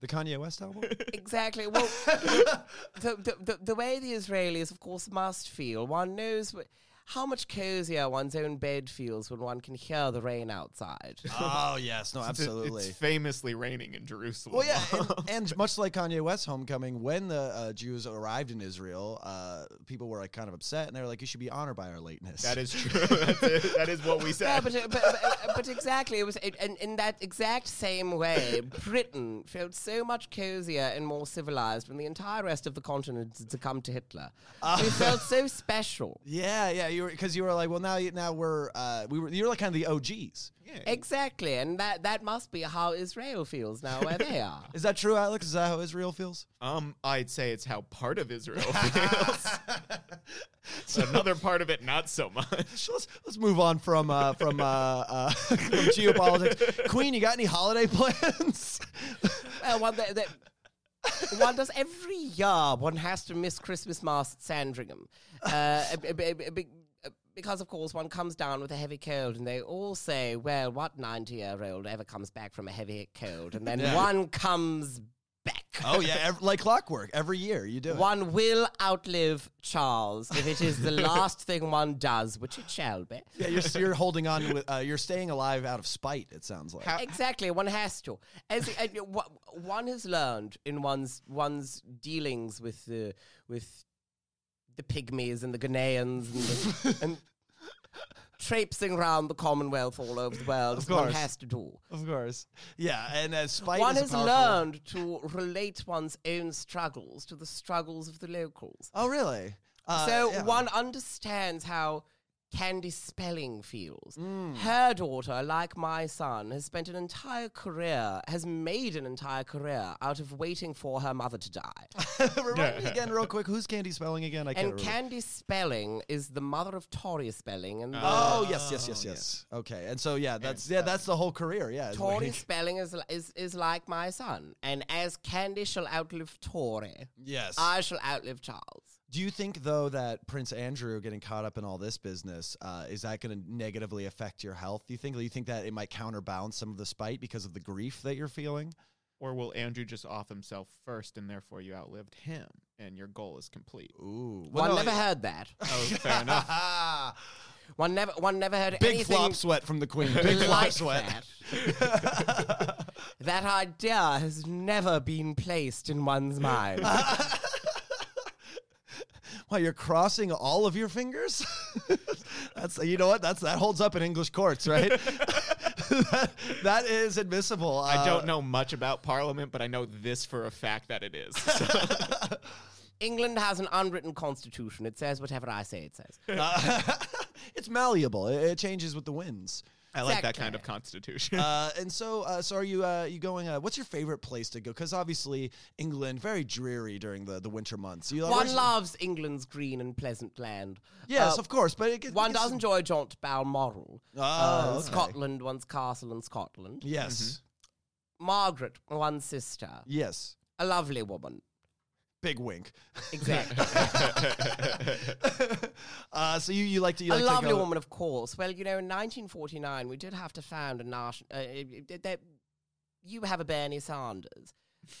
Speaker 3: the Kanye West album.
Speaker 5: exactly. Well, the, the, the, the way the Israelis, of course, must feel. One knows wh- how much cozier one's own bed feels when one can hear the rain outside.
Speaker 3: oh yes, no,
Speaker 4: It's-
Speaker 3: absolutely.
Speaker 4: It's famously raining in Jerusalem.
Speaker 3: Well, yeah, and, and much like Kanye West's homecoming, when the uh, Jews arrived in Israel, uh, people were like kind of upset, and they were like, "You should be honored by our lateness."
Speaker 4: That is true. That's it. That is what we said.
Speaker 5: Yeah, but, uh, but, but, but exactly, it was it, and in that exact same way, Britain felt so much cozier and more civilized when the entire rest of the continent had succumbed to Hitler. we felt so special.
Speaker 3: Yeah, yeah, you were because you were like, well, now, you- now we're uh, we were you're like kind of the OGs.
Speaker 5: Exactly, and that, that must be how Israel feels now where they are.
Speaker 3: Is that true, Alex? Is that how Israel feels?
Speaker 4: Um, I'd say it's how part of Israel feels. so another part of it, not so much.
Speaker 3: So let's let's move on from uh, from, uh, uh, from geopolitics. Queen, you got any holiday plans?
Speaker 5: Well, Uh, one that, that one does every year. One has to miss Christmas mass at Sandringham, uh, b- b- b- b- uh, because of course one comes down with a heavy cold, and they all say, "Well, what ninety-year-old ever comes back from a heavy cold?" And then one comes back.
Speaker 3: oh yeah, ev- like clockwork. Every year you do. it.
Speaker 5: One will outlive Charles if it is the last thing one does, which it shall be.
Speaker 3: Yeah, you're you're holding on with uh, you're staying alive out of spite. It sounds like.
Speaker 5: Exactly, one has to. As and, uh, wha- one has learned in one's one's dealings with the with the pygmies and the Ghanaians and, the, and traipsing around the Commonwealth all over the world.
Speaker 3: Of
Speaker 5: One
Speaker 3: course.
Speaker 5: has to do.
Speaker 3: of course. Yeah, and uh, spite.
Speaker 5: one
Speaker 3: is a
Speaker 5: has
Speaker 3: powerful-
Speaker 5: learned to relate one's own struggles to the struggles of the locals.
Speaker 3: Oh really? Uh,
Speaker 5: so
Speaker 3: yeah.
Speaker 5: one understands how Candy Spelling feels.
Speaker 3: Mm.
Speaker 5: Her daughter, like my son, has spent an entire career, has made an entire career out of waiting for her mother to die.
Speaker 3: Remind me again, real quick. Who's Candy spelling again? I can't
Speaker 5: and
Speaker 3: remember.
Speaker 5: Candy Spelling is the mother of Tori Spelling, and the
Speaker 3: Oh yes, yes, yes, yes. Okay, and so yeah, that's yeah, that's the whole career. Yeah, is where
Speaker 5: Tori
Speaker 3: he-
Speaker 5: Spelling is, li- is is like my son. And as Candy shall outlive Tori,
Speaker 3: yes.
Speaker 5: I shall outlive Charles.
Speaker 3: Do you think though that Prince Andrew getting caught up in all this business uh, is that going to negatively affect your health? Do you think? Do you think that it might counterbalance some of the spite because of the grief that you're feeling?
Speaker 4: Or will Andrew just off himself first and therefore you outlived him and your goal is complete?
Speaker 3: Ooh.
Speaker 5: One
Speaker 3: Well, no,
Speaker 5: never
Speaker 3: it-
Speaker 5: heard that.
Speaker 4: Oh, fair enough.
Speaker 5: One never, one never heard
Speaker 3: Big
Speaker 5: anything
Speaker 3: flop sweat from the queen. Big
Speaker 5: like
Speaker 3: flop sweat.
Speaker 5: that. that idea has never been placed in one's mind.
Speaker 3: While you're crossing all of your fingers? That's you know what? That's that holds up in English courts, right? that, that is admissible.
Speaker 4: I
Speaker 3: Uh,
Speaker 4: don't know much about Parliament, but I know this for a fact that it is. So-
Speaker 5: England has an unwritten constitution. It says whatever I say it says.
Speaker 3: it's malleable. It, it changes with the winds.
Speaker 4: I like that
Speaker 5: Exactly.
Speaker 4: kind of constitution.
Speaker 3: Uh, and so, uh, so are you? Uh, you going? Uh, what's your favorite place to go? Because obviously, England very dreary during the, the winter months. You
Speaker 5: One loves England's green and pleasant land.
Speaker 3: Yes,
Speaker 5: Uh,
Speaker 3: of course, but it, gets-
Speaker 5: One
Speaker 3: it gets-
Speaker 5: does enjoy jaunt Balmoral.
Speaker 3: Oh,
Speaker 5: Uh,
Speaker 3: okay.
Speaker 5: Scotland, one's castle in Scotland.
Speaker 3: Yes,
Speaker 5: Margaret, one's sister.
Speaker 3: yes.
Speaker 5: A lovely woman.
Speaker 3: Big wink.
Speaker 5: Exactly.
Speaker 3: uh, so you, you like to you
Speaker 5: a
Speaker 3: like
Speaker 5: lovely
Speaker 3: to go,
Speaker 5: woman, of course. Well, you know, in 1949, we did have to found a national. Uh, it- it- that- you have a Bernie Sanders.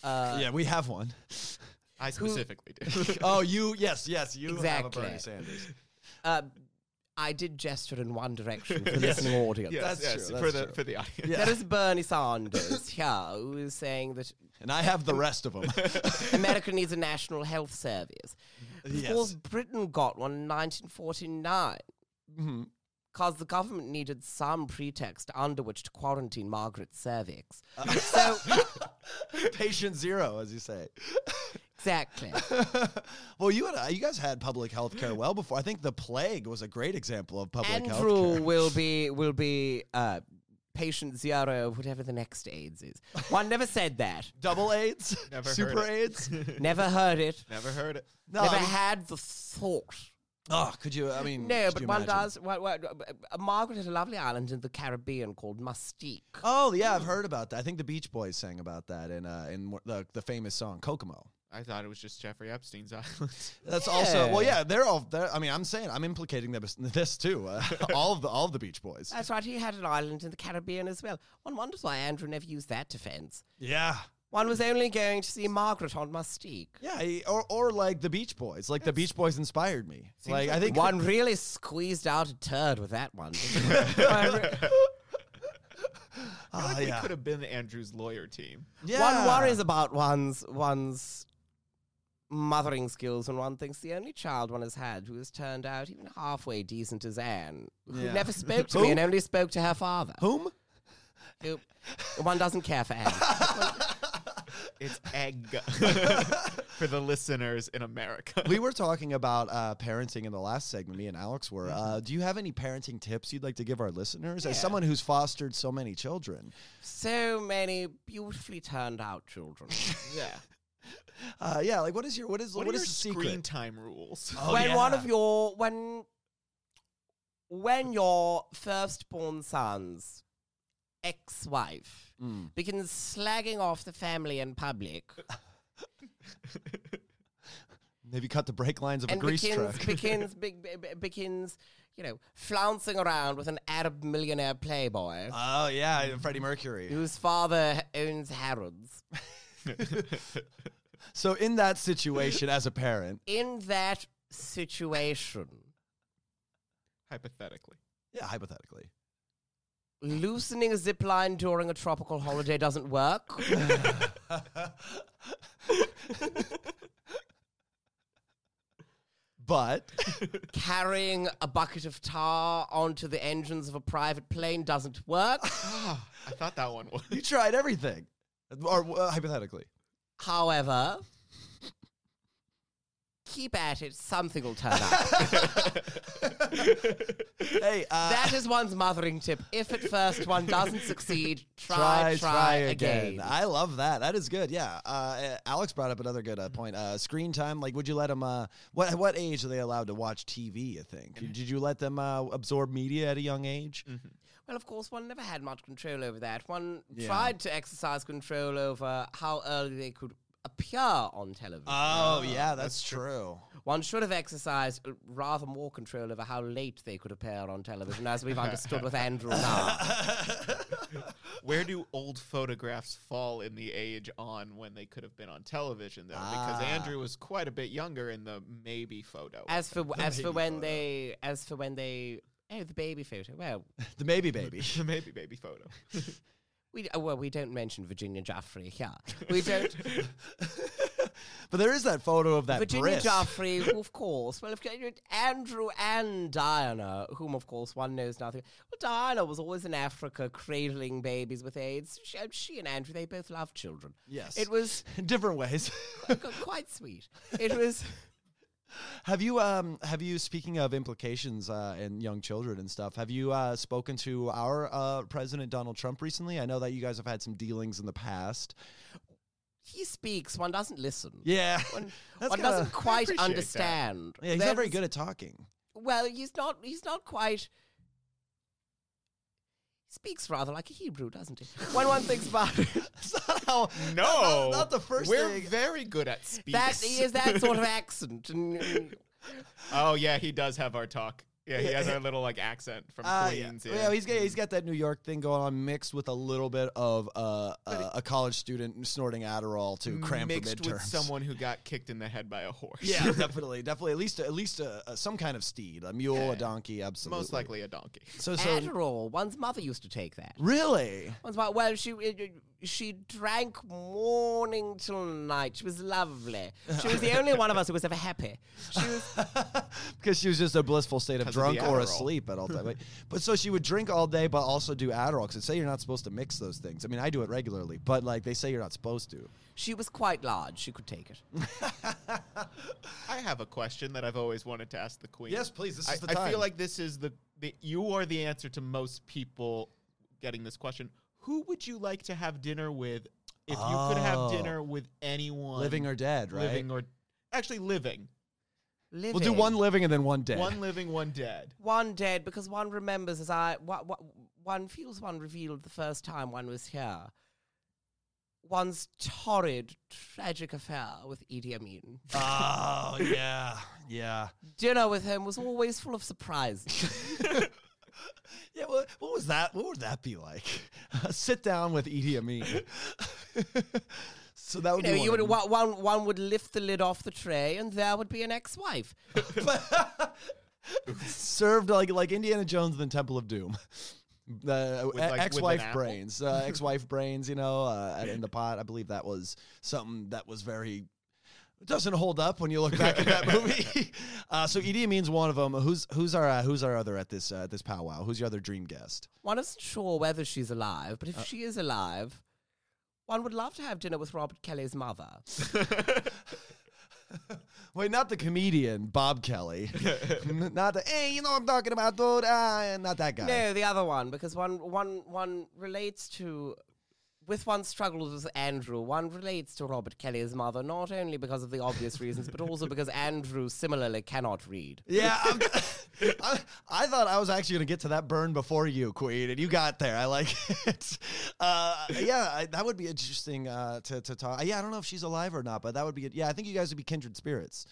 Speaker 5: Uh,
Speaker 3: Yeah, we have one.
Speaker 4: I specifically do.
Speaker 3: oh, you yes, yes, you
Speaker 5: Exactly.
Speaker 3: have a Bernie Sanders.
Speaker 5: uh, I did gesture in one direction for the
Speaker 3: Yes.
Speaker 5: listening audience.
Speaker 4: Yes,
Speaker 3: That's
Speaker 4: yes,
Speaker 3: true,
Speaker 4: for
Speaker 3: that's
Speaker 4: the
Speaker 3: true.
Speaker 4: for the audience.
Speaker 3: Yeah.
Speaker 5: There is Bernie Sanders here who is saying that
Speaker 3: And I have the rest of them.
Speaker 5: America needs a national health service. Of course,
Speaker 3: yes.
Speaker 5: Britain got one in 1949
Speaker 3: Mm-hmm.
Speaker 5: because the government needed some pretext under which to quarantine Margaret's cervix. so,
Speaker 3: Patient zero, as you say.
Speaker 5: exactly.
Speaker 3: well, you had, you guys had public health care well before. I think the plague was a great example of public health care.
Speaker 5: Andrew will be will be uh, patient zero of whatever the next AIDS is. One never said that.
Speaker 3: Double AIDS,
Speaker 4: Never heard
Speaker 3: super
Speaker 4: it.
Speaker 3: AIDS.
Speaker 5: Never heard it.
Speaker 4: Never heard it.
Speaker 3: No,
Speaker 5: never
Speaker 3: I mean-
Speaker 5: had the thought.
Speaker 3: oh, could you? I mean,
Speaker 5: No,
Speaker 3: Um, could
Speaker 5: but
Speaker 3: you
Speaker 5: one
Speaker 3: imagine?
Speaker 5: does. Well, well, uh, Margaret had a lovely island in the Caribbean called Mustique.
Speaker 3: Oh yeah, I've heard about that. I think the Beach Boys sang about that in uh, in wh- the the famous song Kokomo.
Speaker 4: I thought it was just Jeffrey Epstein's island.
Speaker 3: That's also well,
Speaker 5: Yeah.
Speaker 3: yeah. They're all. They're, I mean, I'm saying I'm implicating them as- this too. Uh, all of the all of the Beach Boys.
Speaker 5: That's right. He had an island in the Caribbean as well. One wonders why Andrew never used that defense.
Speaker 3: Yeah,
Speaker 5: One was only going to see Margaret on Mustique.
Speaker 3: yeah. he- Or or like the Beach Boys. Like the Beach Boys inspired me. Like I think
Speaker 5: One really squeezed out a turd with that one. didn't he? One re-
Speaker 3: Ah,
Speaker 4: we
Speaker 3: yeah.
Speaker 4: could have been Andrew's lawyer team.
Speaker 3: Yeah.
Speaker 5: One worries about one's one's mothering skills when one thinks the only child one has had who has turned out even halfway decent is Anne, who
Speaker 3: Yeah.
Speaker 5: never spoke to
Speaker 3: Who?
Speaker 5: me and only spoke to her father.
Speaker 3: Whom?
Speaker 5: Who- one doesn't care for Anne.
Speaker 4: It's egg for the listeners in America.
Speaker 3: We were talking about uh, parenting in the last segment. Me and Alex were.
Speaker 4: Mm-hmm.
Speaker 3: Uh, do you have any parenting tips you'd like to give our listeners as someone who's fostered so many children?
Speaker 5: so many beautifully turned out children.
Speaker 4: yeah.
Speaker 3: Uh, yeah, like what is your what is
Speaker 4: What,
Speaker 3: what
Speaker 4: are
Speaker 3: is
Speaker 4: your
Speaker 3: the
Speaker 4: screen
Speaker 3: secret?
Speaker 4: time rules?
Speaker 3: Oh,
Speaker 5: when
Speaker 3: yeah.
Speaker 5: one of your when when your firstborn son's ex-wife
Speaker 3: Mm.
Speaker 5: begins slagging off the family in public
Speaker 3: Maybe cut the brake lines of
Speaker 5: and
Speaker 3: a grease
Speaker 5: begins
Speaker 3: truck.
Speaker 5: begins be, be- be- begins you know flouncing around with an Arab millionaire playboy
Speaker 3: oh yeah, Freddie Mercury.
Speaker 5: whose father owns Harrods.
Speaker 3: So in that situation, as a parent,
Speaker 5: In that situation,
Speaker 4: Hypothetically.
Speaker 3: yeah, hypothetically,
Speaker 5: loosening a zip line during a tropical holiday doesn't work.
Speaker 3: but
Speaker 5: carrying a bucket of tar onto the engines of a private plane doesn't work.
Speaker 4: Ah, I thought that one was.
Speaker 3: you tried everything, or uh, hypothetically,
Speaker 5: However, keep at it, something will turn up.
Speaker 3: hey, uh,
Speaker 5: that is one's mothering tip. If at first one doesn't succeed, try, try, again.
Speaker 3: I love that. That is good. Yeah. Uh, Uh, Alex brought up another good uh, point. Uh, screen time. Like, would you let them? Uh, what what age are they allowed to watch TV? You think? Did you let them uh, absorb media at a young age?
Speaker 5: Well, of course, one never had much control over that. One
Speaker 3: Yeah.
Speaker 5: tried to exercise control over how early they could appear on television.
Speaker 3: Oh, yeah, Uh, that's, true.
Speaker 5: One should have exercised uh, rather more control over how late they could appear on television, as we've understood with Andrew now.
Speaker 4: Where do old photographs fall in the age on when they could have been on television, though? Because
Speaker 3: Ah.
Speaker 4: Andrew was quite a bit younger in the maybe photo.
Speaker 5: As for as for
Speaker 3: baby
Speaker 5: when
Speaker 3: photo.
Speaker 5: they as for when they oh the baby photo. Well,
Speaker 3: The maybe baby.
Speaker 4: the maybe baby photo.
Speaker 5: we uh, well we don't mention Virginia Jaffrey here. We don't
Speaker 3: but there is that photo of that
Speaker 5: Virginia
Speaker 3: bris.
Speaker 5: Jaffrey, who, of course. Well, of course, Andrew and Diana, whom of course one knows nothing. Well, Diana was always in Africa cradling babies with AIDS. She, uh, she and Andrew, they both love children.
Speaker 3: Yes.
Speaker 5: it was
Speaker 3: in different ways.
Speaker 5: qu- quite sweet. It was.
Speaker 3: have you um have you speaking of implications uh, and young children and stuff? Have you uh, spoken to our uh, president Donald Trump recently? I know that you guys have had some dealings in the past.
Speaker 5: He speaks. One doesn't listen.
Speaker 3: Yeah,
Speaker 5: One,
Speaker 3: That's
Speaker 5: one
Speaker 3: kinda-
Speaker 5: doesn't quite
Speaker 4: appreciate that.
Speaker 5: understand.
Speaker 3: yeah, he's
Speaker 5: There
Speaker 3: not very
Speaker 5: was-
Speaker 3: good at talking.
Speaker 5: Well, he's not. He's not quite. Speaks rather like a Hebrew, doesn't he? When one thinks about it.
Speaker 3: That's not how. not,
Speaker 4: No,
Speaker 3: not the 1st
Speaker 4: We're
Speaker 3: thing.
Speaker 4: very good at speech.
Speaker 5: That he is that sort of accent. And, and
Speaker 4: oh yeah, he does have our talk. Yeah, he has our little like accent from
Speaker 3: Uh, yeah.
Speaker 4: Queens. Yeah,
Speaker 3: yeah, he's got he's got that New York thing going on, mixed with a little bit of uh, uh, a college student snorting Adderall to cram
Speaker 4: mixed
Speaker 3: for midterms.
Speaker 4: with someone who got kicked in the head by a horse.
Speaker 3: Yeah, definitely, definitely. At least, at least uh, uh, some kind of steed, a mule,
Speaker 4: Yeah.
Speaker 3: a donkey, absolutely.
Speaker 4: most likely a donkey.
Speaker 3: So, so
Speaker 5: Adderall. One's mother used to take that.
Speaker 3: really,
Speaker 5: One's mother, well, she she drank morning till night. She was lovely. She was the only one of us who was ever happy. She was
Speaker 3: because she was just a blissful state of
Speaker 4: 'Cause of the
Speaker 3: drunk or
Speaker 4: Adderall.
Speaker 3: asleep at all times. But, but so she would drink all day, but also do Adderall. Because say you're not supposed to mix those things. I mean, I do it regularly, but like they say you're not supposed to.
Speaker 5: she was quite large. She could take it.
Speaker 4: I have a question that I've always wanted to ask the queen.
Speaker 3: Yes, please, this
Speaker 4: I,
Speaker 3: is the
Speaker 4: I
Speaker 3: time.
Speaker 4: feel like this is the, the you are the answer to most people getting this question. Who would you like to have dinner with if you could
Speaker 3: Oh.
Speaker 4: have dinner with anyone
Speaker 3: Living or dead, right?
Speaker 4: living or actually living.
Speaker 5: Living.
Speaker 3: we'll do one living and then one dead.
Speaker 4: One living, one dead.
Speaker 5: one dead because one remembers as I wha- wha- one feels one revealed the first time one was here. One's torrid, tragic affair with E Idi Amin.
Speaker 3: Oh yeah, yeah.
Speaker 5: Dinner with him was always full of surprises.
Speaker 3: Yeah, what, what was that? What would that be like? sit down with E Edie Amin. so that would
Speaker 5: you know,
Speaker 3: be
Speaker 5: you
Speaker 3: one
Speaker 5: would
Speaker 3: of
Speaker 5: one, one one would lift the lid off the tray, and there would be an ex-wife.
Speaker 3: them. served like like Indiana Jones in the Temple of Doom. The e,
Speaker 4: With, like, with an
Speaker 3: ex-wife
Speaker 4: apple?
Speaker 3: brains, uh, ex-wife brains, you know, uh, in the pot. I believe that was something that was very doesn't hold up when you look back at that movie. uh, so Edie Amin's one of them. Who's who's our uh, who's our other at this uh, at this powwow? Who's your other dream guest?
Speaker 5: One isn't sure whether she's alive, but if she is alive, one would love to have dinner with Robert Kelly's mother.
Speaker 3: Wait, not the comedian Bob Kelly. N- not the hey, you know what I'm talking about, dude. Ah, not that guy.
Speaker 5: No, the other one, because one one one relates to with one's struggles with Andrew, one relates to Robert Kelly's mother, not only because of the obvious reasons, but also because Andrew similarly cannot read.
Speaker 3: Yeah, I'm, I, I thought I was actually going to get to that burn before you, Queen, and you got there. I like it. Uh, yeah, I, that would be interesting uh, to to talk. Yeah, I don't know if she's alive or not, but that would be. Yeah, I think you guys would be kindred spirits.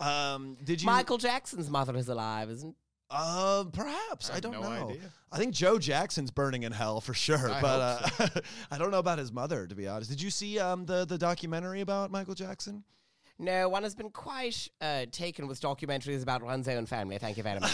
Speaker 3: Um, did you?
Speaker 5: Michael Jackson's mother is alive, isn't
Speaker 3: Uh, perhaps I,
Speaker 4: have
Speaker 3: don't
Speaker 4: no
Speaker 3: know.
Speaker 4: idea.
Speaker 3: I think Joe Jackson's burning in hell for sure,
Speaker 4: I
Speaker 3: but uh, I don't know about his mother. To be honest, did you see um, the the documentary about Michael Jackson?
Speaker 5: No, one has been quite uh, taken with documentaries about one's own family. Thank you very much.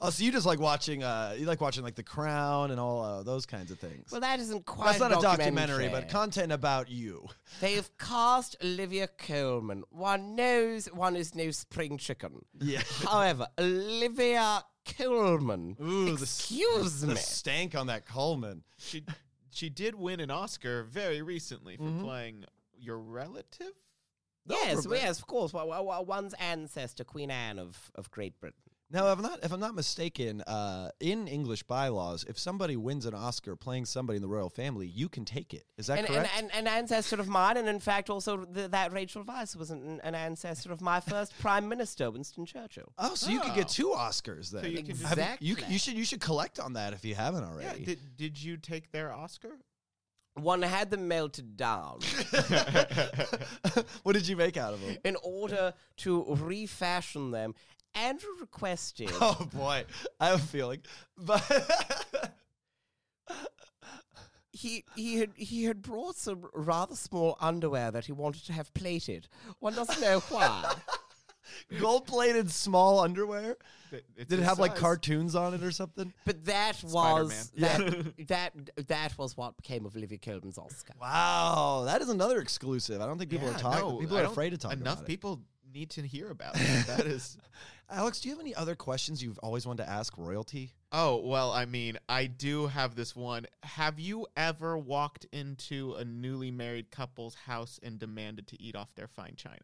Speaker 3: Oh, so you just like watching uh, you like watching like The Crown and all uh, those kinds of things.
Speaker 5: well, that isn't quite.
Speaker 3: That's not a
Speaker 5: documentary,
Speaker 3: documentary, but content about you.
Speaker 5: They've cast Olivia Coleman. One knows one is no spring chicken.
Speaker 3: Yeah.
Speaker 5: However, Olivia Coleman.
Speaker 3: Ooh, the s-
Speaker 5: Excuse
Speaker 3: the
Speaker 5: me.
Speaker 3: stank on that Coleman.
Speaker 4: She she did win an Oscar very recently for
Speaker 3: Mm-hmm.
Speaker 4: playing your relative.
Speaker 5: yes,
Speaker 3: Robert.
Speaker 5: yes, of course. Well, well, well, one's ancestor, Queen Anne of, of Great Britain.
Speaker 3: Now, if I'm not if I'm not mistaken, uh, in English bylaws, if somebody wins an Oscar playing somebody in the royal family, you can take it. Is that
Speaker 5: And, and,
Speaker 3: correct?
Speaker 5: and an ancestor of mine, and in fact, also th- that Rachel Weisz was an, an ancestor of my first Prime Minister, Winston Churchill.
Speaker 3: oh, so you could get two Oscars then.
Speaker 4: you can just-
Speaker 3: Have you- you,
Speaker 5: Exactly.
Speaker 3: you should you should collect on that if you haven't already.
Speaker 4: Yeah, did, did you take their Oscar?
Speaker 5: One had them melted down
Speaker 3: what did you make out of them?
Speaker 5: in order to refashion them. Andrew requested
Speaker 3: Oh boy, I have a feeling, but
Speaker 5: he he had he had brought some rather small underwear that he wanted to have plated. One doesn't know why.
Speaker 3: gold-plated small underwear.
Speaker 4: It- it's
Speaker 3: Did it
Speaker 4: his
Speaker 3: have like
Speaker 4: size.
Speaker 3: cartoons on it or something?
Speaker 5: But that was that, that that was what became of Olivia Colman's Oscar.
Speaker 3: Wow, that is another exclusive. I don't think people
Speaker 4: Yeah,
Speaker 3: are talking.
Speaker 4: no,
Speaker 3: people
Speaker 4: I
Speaker 3: are
Speaker 4: don't-
Speaker 3: afraid to talk
Speaker 4: Enough
Speaker 3: about it.
Speaker 4: people need to hear about that. That is.
Speaker 3: Alex, do you have any other questions you've always wanted to ask royalty?
Speaker 4: Oh well, I mean, I do have this one. Have you ever walked into a newly married couple's house and demanded to eat off their fine china?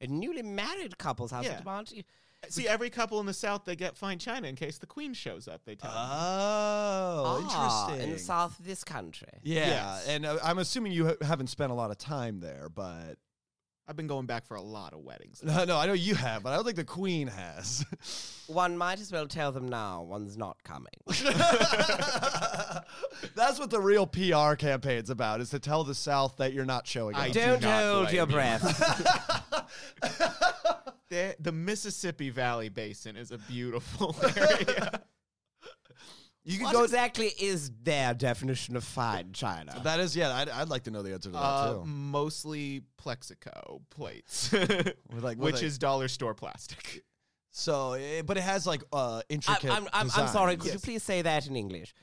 Speaker 5: A newly married couple's house
Speaker 4: Yeah.
Speaker 5: demand.
Speaker 4: See, every couple in the South they get fine china in case the queen shows up. They tell.
Speaker 3: Uh-huh.
Speaker 4: them.
Speaker 3: Oh,
Speaker 5: Ah,
Speaker 3: interesting.
Speaker 5: In the south of this country.
Speaker 3: Yeah,
Speaker 4: Yes.
Speaker 3: and uh, I'm assuming you ha- haven't spent a lot of time there, but
Speaker 4: I've been going back for a lot of weddings.
Speaker 3: no, no, I know you have, but I don't think the Queen has.
Speaker 5: One might as well tell them now one's not coming.
Speaker 3: That's what the real PR campaign's about: is to tell the South that you're not showing up.
Speaker 4: I do
Speaker 5: Don't
Speaker 4: not
Speaker 5: hold
Speaker 4: blame
Speaker 5: your
Speaker 4: you.
Speaker 5: breath.
Speaker 4: The, the Mississippi Valley Basin is a beautiful area.
Speaker 3: You could
Speaker 5: what
Speaker 3: go.
Speaker 5: exactly is their definition of fine China?
Speaker 3: that is, yeah. I'd, I'd like to know the answer to that
Speaker 4: Uh,
Speaker 3: too.
Speaker 4: mostly Plexico plates,
Speaker 3: like- with
Speaker 4: which
Speaker 3: like-
Speaker 4: is dollar store plastic.
Speaker 3: So, eh, but it has like uh,
Speaker 5: I,
Speaker 3: intricate.
Speaker 5: I'm, I'm, I'm sorry, could
Speaker 3: designs.
Speaker 5: you please say that in English?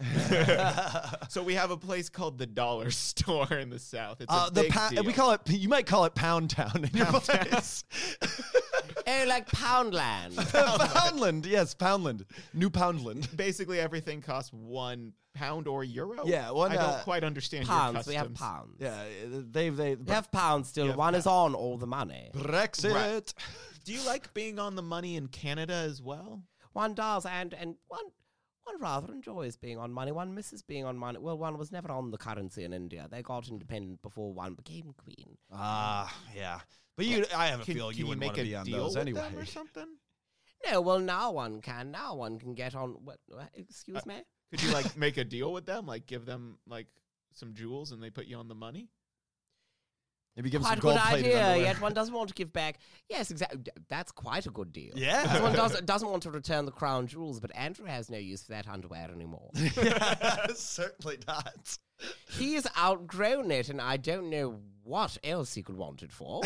Speaker 4: So we have a place called the Dollar Store in the South. It's
Speaker 3: Uh,
Speaker 4: a
Speaker 3: the
Speaker 4: big
Speaker 3: pa-
Speaker 4: deal.
Speaker 3: we call it. You might call it Pound Town in your place.
Speaker 5: oh, like Poundland.
Speaker 3: Poundland, yes, Poundland, New Poundland.
Speaker 4: basically everything costs one pound or euro.
Speaker 3: Yeah, one,
Speaker 4: I don't
Speaker 3: uh,
Speaker 4: quite understand
Speaker 5: pounds. We
Speaker 4: your
Speaker 5: have
Speaker 4: customs.
Speaker 5: pounds.
Speaker 3: Yeah, they they
Speaker 5: We have pounds still. One is on all the money.
Speaker 3: Brexit.
Speaker 4: Right. Do you like being on the money in Canada as well?
Speaker 5: One does, and and one one rather enjoys being on money. One misses being on money. Well, one was never on the currency in India. They got independent before one became queen.
Speaker 3: Ah, yeah. But you, I have a
Speaker 4: Can,
Speaker 3: feeling
Speaker 4: can
Speaker 3: you
Speaker 4: you
Speaker 3: wouldn't
Speaker 4: make
Speaker 3: want
Speaker 4: a
Speaker 3: to be on
Speaker 4: deal
Speaker 3: those
Speaker 4: with
Speaker 3: anyway.
Speaker 4: them or something?
Speaker 5: No, well now one can. Now one can get on. What? what- Excuse
Speaker 4: Uh,
Speaker 5: me.
Speaker 4: Could you like make a deal with them? Like give them like some jewels and they put you on the money?
Speaker 3: Maybe give them
Speaker 5: Quite
Speaker 3: some
Speaker 5: a good
Speaker 3: gold plated
Speaker 5: idea.
Speaker 3: underwear.
Speaker 5: Yet one doesn't want to give back. Yes, exactly. That's quite a good deal.
Speaker 3: Yeah.
Speaker 5: One does, doesn't want to return the crown jewels, but Andrew has no use for that underwear anymore.
Speaker 3: yeah, certainly not.
Speaker 5: He's outgrown it, and I don't know what else he could want it for.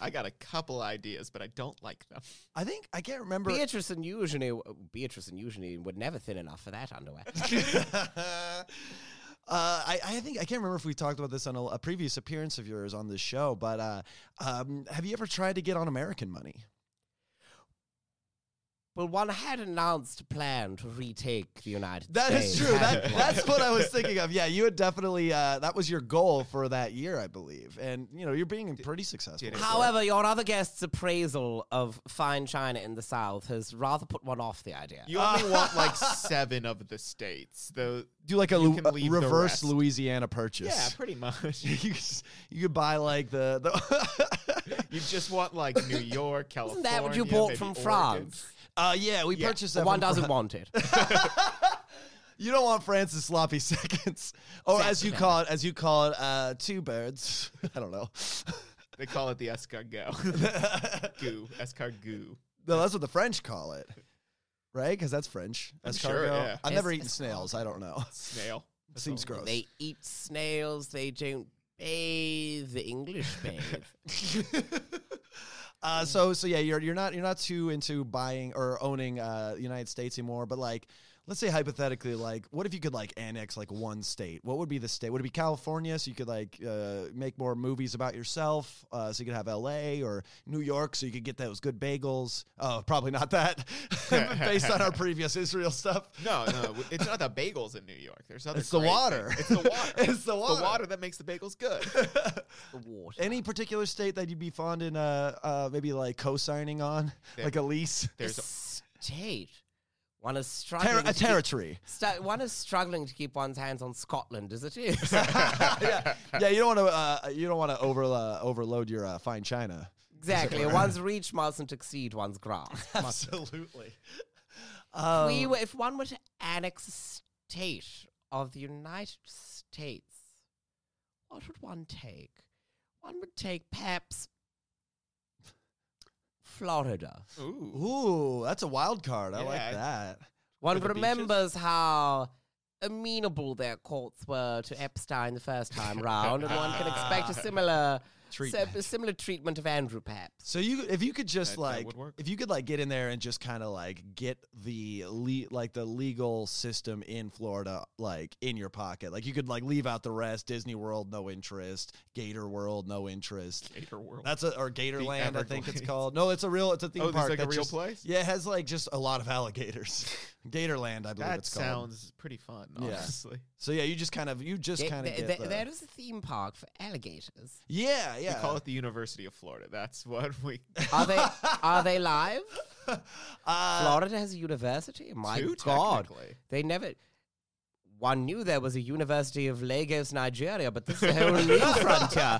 Speaker 4: I got a couple ideas, but I don't like them.
Speaker 3: I think I can't remember.
Speaker 5: Beatrice and Eugenie, uh, Beatrice and Eugenie would never thin enough for that underwear.
Speaker 3: uh, I, I think I can't remember if we talked about this on a, a previous appearance of yours on this show, but uh, um, have you ever tried to get on American money?
Speaker 5: well, one had announced a plan to retake the United
Speaker 3: That
Speaker 5: States.
Speaker 3: is true. That,
Speaker 5: hadn't one?
Speaker 3: that's what I was thinking of. Yeah, you had definitely uh, that was your goal for that year, I believe, and you know you're being pretty successful.
Speaker 4: did it
Speaker 5: However, your other guest's appraisal of fine china in the South has rather put one off the idea.
Speaker 4: You only want like seven of the states. Though
Speaker 3: Uh, Do like a,
Speaker 4: You
Speaker 3: Lu-
Speaker 4: can
Speaker 3: a
Speaker 4: leave the
Speaker 3: reverse
Speaker 4: rest.
Speaker 3: Louisiana purchase.
Speaker 4: Yeah, pretty much.
Speaker 3: you, could s- you could buy like the, the
Speaker 4: You just want like New York,
Speaker 5: Isn't
Speaker 4: California.
Speaker 5: that what you bought
Speaker 4: maybe
Speaker 5: from
Speaker 4: Oregon.
Speaker 5: France?
Speaker 3: uh yeah we
Speaker 4: Yeah.
Speaker 3: purchased that
Speaker 5: But one
Speaker 3: from
Speaker 5: doesn't
Speaker 3: Fran-
Speaker 5: want it.
Speaker 3: you don't want Francis sloppy seconds or as you call it as you call it uh two birds I don't know
Speaker 4: They call it the escargot. Goo. Escargoo.
Speaker 3: no that's what the French call it right because that's French
Speaker 4: I'm
Speaker 3: Escargot.
Speaker 4: sure, yeah.
Speaker 3: I've
Speaker 5: Es-
Speaker 3: never eaten
Speaker 5: escargot.
Speaker 3: snails I don't know
Speaker 4: Snail. That's
Speaker 3: seems
Speaker 4: all.
Speaker 3: gross
Speaker 5: they eat snails. They don't bathe. The English bathe.
Speaker 3: Uh, so so yeah, you're you're not you're not too into buying or owning uh, the United States anymore. But like, let's say hypothetically, like, what if you could like annex like one state? What would be the state? Would it be California? So you could like uh, make more movies about yourself. Uh, so you could have L.A. or New York, so you could get those good bagels. Oh, probably not that, based on our previous Israel stuff.
Speaker 4: No, no, it's not the bagels in New York. There's other.
Speaker 3: It's the
Speaker 4: great
Speaker 3: water.
Speaker 4: things. It's the water.
Speaker 3: It's the water.
Speaker 4: The water that makes the bagels good.
Speaker 5: the water.
Speaker 3: Any particular state that you'd be fond in, uh, uh, maybe like co-signing on,
Speaker 4: Yeah.
Speaker 3: like a lease,
Speaker 4: There's a-
Speaker 5: state. One is struggling.
Speaker 3: Ter- a
Speaker 5: to keep-
Speaker 3: territory.
Speaker 5: sta- one is struggling to keep one's hands on Scotland as it is.
Speaker 3: yeah, yeah. You don't want to. Uh, you don't want to over uh, overload your uh, fine china.
Speaker 5: exactly. One's reach mustn't exceed one's grasp.
Speaker 3: Absolutely. Um,
Speaker 5: we were, if one were to annex a state of the United States, what would one take? One would take perhaps Florida.
Speaker 4: Ooh.
Speaker 3: Ooh, that's a wild card. I
Speaker 4: Yeah.
Speaker 3: like that.
Speaker 5: One
Speaker 4: With the beaches?
Speaker 5: remembers how amenable their courts were to Epstein the first time round, and one can expect a similar
Speaker 3: Ah. Treatment.
Speaker 5: sim- similar treatment of Andrew Paps.
Speaker 3: So you, if you could just
Speaker 4: That- that
Speaker 3: like,
Speaker 4: would work.
Speaker 3: if you could like get in there and just kind of like get the le- like the legal system in Florida like in your pocket, like you could like leave out the rest. Disney World, no interest. Gator World, no interest.
Speaker 4: Gator World.
Speaker 3: That's a or Gatorland, I think it's
Speaker 4: Everglades.
Speaker 3: called. No, it's a real, it's a theme
Speaker 4: Oh, there's,
Speaker 3: park.
Speaker 4: like, a
Speaker 3: that
Speaker 4: real
Speaker 3: just-
Speaker 4: place?
Speaker 3: Yeah, it has like just a lot of alligators. Gatorland, I believe
Speaker 4: that
Speaker 3: it's called.
Speaker 4: sounds pretty fun,
Speaker 3: Yeah.
Speaker 4: honestly.
Speaker 3: So yeah, you just kind of you just
Speaker 5: There-
Speaker 3: kind of
Speaker 5: there-
Speaker 3: get
Speaker 5: there-
Speaker 3: the-
Speaker 5: there is a theme park for alligators.
Speaker 3: yeah yeah.
Speaker 4: We call it the University of Florida. That's what we.
Speaker 5: Are they are they live?
Speaker 3: Uh,
Speaker 5: Florida has a university. Oh My
Speaker 4: do,
Speaker 5: God,
Speaker 4: technically.
Speaker 5: they never. One knew there was a University of Lagos, Nigeria, but this is a whole new frontier.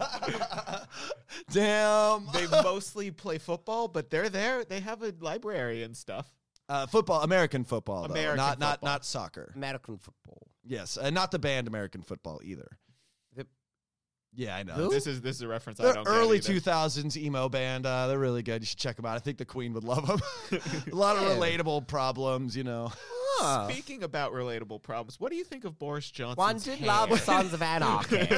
Speaker 3: Damn.
Speaker 4: They mostly play football, but they're there. They have a library and stuff.
Speaker 3: Uh, football, American football, though.
Speaker 4: American
Speaker 3: not not
Speaker 4: football.
Speaker 3: not soccer.
Speaker 5: American football.
Speaker 3: Yes, and not the band American football either.
Speaker 5: The-
Speaker 3: Yeah, I know.
Speaker 5: Who?
Speaker 4: This is this is a reference I
Speaker 3: They're
Speaker 4: don't
Speaker 3: early
Speaker 4: get either.
Speaker 3: two thousands emo band. Uh, they're really good. You should check them out. I think the Queen would love them. A lot of
Speaker 5: Yeah.
Speaker 3: relatable problems, you know.
Speaker 5: Huh.
Speaker 4: Speaking about relatable problems, what do you think of Boris Johnson's
Speaker 5: One did
Speaker 4: hair?
Speaker 5: love Sons of Anarchy.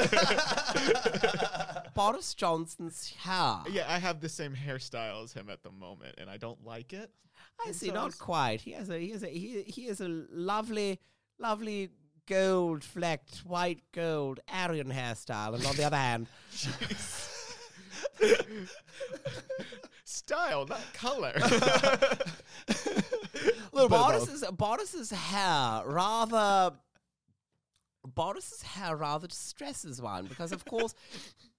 Speaker 5: Boris Johnson's hair.
Speaker 4: yeah, I have the same hairstyle as him at the moment, and I don't like it.
Speaker 5: I
Speaker 4: and
Speaker 5: see,
Speaker 4: so
Speaker 5: not
Speaker 4: is-
Speaker 5: quite. He has a he has a he, he has a lovely, lovely gold flecked, white gold Aryan hairstyle, and on the other hand,
Speaker 4: Style, not color.
Speaker 3: little bit of both.
Speaker 5: Boris's Boris's uh, hair rather Boris's hair rather distresses one because of course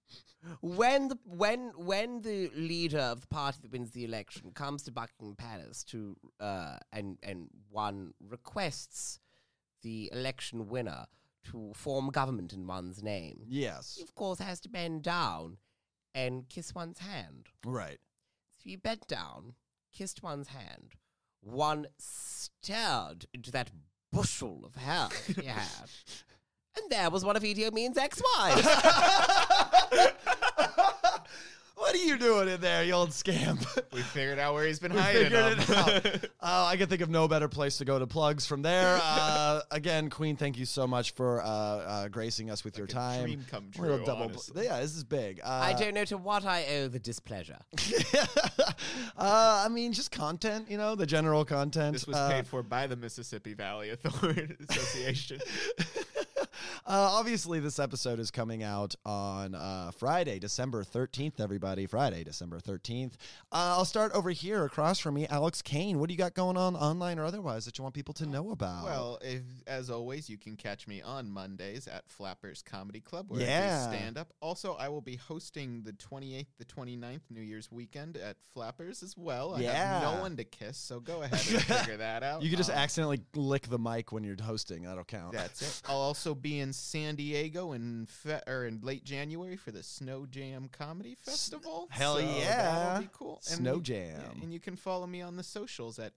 Speaker 5: when the when when the leader of the party that wins the election comes to Buckingham Palace to uh, and and one requests the election winner to form government in one's name,
Speaker 3: Yes,
Speaker 5: he of course has to bend down and kiss one's hand.
Speaker 3: right.
Speaker 5: So he bent down, kissed one's hand. One stared into that bushel of hair he had. And there was one of Idi Amin's ex-wives.
Speaker 3: What are you doing in there, you old scamp?
Speaker 4: we figured out where he's been
Speaker 3: We
Speaker 4: hiding.
Speaker 3: figured it
Speaker 4: them.
Speaker 3: out. Uh, I can think of no better place to go to plugs from there. Uh, again, Queen, thank you so much for uh, uh, gracing us with your
Speaker 4: a
Speaker 3: time.
Speaker 4: dream come
Speaker 3: A little
Speaker 4: true, honestly.
Speaker 3: yeah, this is big. Uh,
Speaker 5: I don't know to what I owe the displeasure.
Speaker 3: uh, I mean, just content, you know, the general content.
Speaker 4: This was
Speaker 3: Uh,
Speaker 4: paid for by the Mississippi Valley Authority Association.
Speaker 3: Uh, obviously, this episode is coming out on uh, Friday, December 13th, everybody. Friday, December 13th. Uh, I'll start over here across from me, Alex Kane. What do you got going on online or otherwise that you want people to know about?
Speaker 4: Well, if, as always, you can catch me on Mondays at Flappers Comedy Club where
Speaker 3: Yeah.
Speaker 4: I do stand up. Also, I will be hosting the 28th, the 29th New Year's weekend at Flappers as well. I have
Speaker 3: Yeah.
Speaker 4: no one to kiss, so go ahead and figure that out.
Speaker 3: you could just
Speaker 4: Um,
Speaker 3: accidentally lick the mic when you're hosting. That'll count.
Speaker 4: That's it. I'll also be in San Diego in fe- or in late January for the Snow Jam Comedy Festival.
Speaker 3: hell
Speaker 4: so
Speaker 3: yeah.
Speaker 4: that'll be cool.
Speaker 3: Snow
Speaker 4: you-
Speaker 3: Jam.
Speaker 4: yeah, and you can follow me on the socials at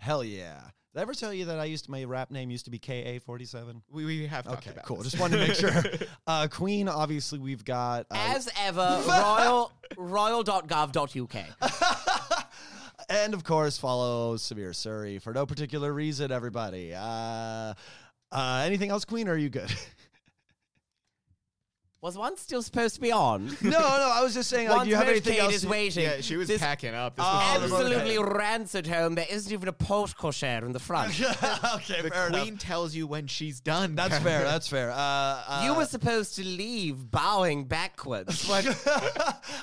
Speaker 3: Hell yeah. Did I ever tell you that I used my rap name used to be KA47?
Speaker 4: We, we have talked
Speaker 3: Okay,
Speaker 4: about
Speaker 3: cool.
Speaker 4: this.
Speaker 3: Just wanted to make sure. Uh, Queen, obviously, we've got. Uh,
Speaker 5: As ever, royal royal.gov.uk.
Speaker 3: and of course, follow Severe Suri for no particular reason, everybody. Uh, uh, anything else, Queen? Or are you good?
Speaker 5: Was one still supposed to be on?
Speaker 3: no, no. I was just saying, like,
Speaker 5: One's
Speaker 3: do you have anything
Speaker 5: motorcade
Speaker 3: else?
Speaker 5: is
Speaker 3: you-
Speaker 5: waiting.
Speaker 4: yeah, she was
Speaker 5: This
Speaker 4: packing up. This
Speaker 3: Oh,
Speaker 4: was
Speaker 3: the motorcade.
Speaker 5: absolutely rancid home. There isn't even a portcochere in the front.
Speaker 3: okay,
Speaker 4: the
Speaker 3: fair
Speaker 4: queen
Speaker 3: enough.
Speaker 4: tells you when she's done.
Speaker 3: That's
Speaker 4: guys.
Speaker 3: fair. That's fair. Uh, uh,
Speaker 5: you were supposed to leave bowing backwards.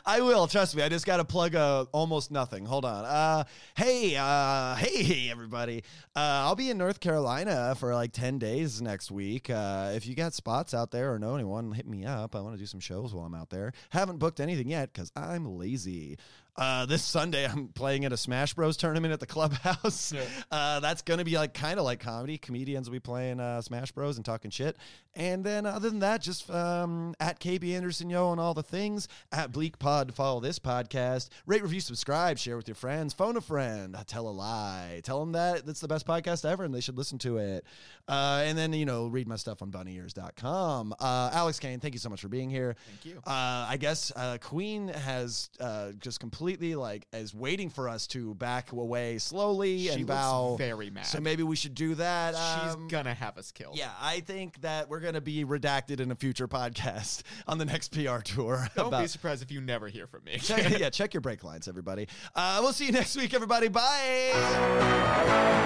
Speaker 3: I will trust me. I just got to plug uh, almost nothing. Hold on. Uh, hey, uh, hey, everybody! Uh, I'll be in North Carolina for like ten days next week. Uh, if you got spots out there or know anyone, hit me up. I want to do some shows while I'm out there. Haven't booked anything yet because I'm lazy. Uh, this Sunday, I'm playing at a Smash Bros tournament at the clubhouse. Uh, that's going to be like kind of like comedy. Comedians will be playing uh, Smash Bros and talking shit. And then uh, other than that, just um, at KB Anderson Yo on all the things, at Bleak Pod to follow this podcast. Rate, review, subscribe, share with your friends, phone a friend, uh, tell a lie, tell them that it's the best podcast ever and they should listen to it. Uh, and then, you know, read my stuff on bunnyears.com. Uh, Alex Kane, thank you so much for being here. Thank
Speaker 4: you.
Speaker 3: Uh, I guess uh, Queen has uh, just completely like is waiting for us to back away slowly
Speaker 4: She
Speaker 3: and
Speaker 4: looks
Speaker 3: bow.
Speaker 4: very mad.
Speaker 3: So maybe we should do that.
Speaker 4: She's
Speaker 3: um,
Speaker 4: gonna have us killed.
Speaker 3: yeah, I think that we're gonna be redacted in a future podcast on the next PR tour.
Speaker 4: Don't be
Speaker 3: about-
Speaker 4: surprised if you never hear from me.
Speaker 3: check, yeah, check your break lines, everybody. Uh, we'll see you next week, everybody. Bye.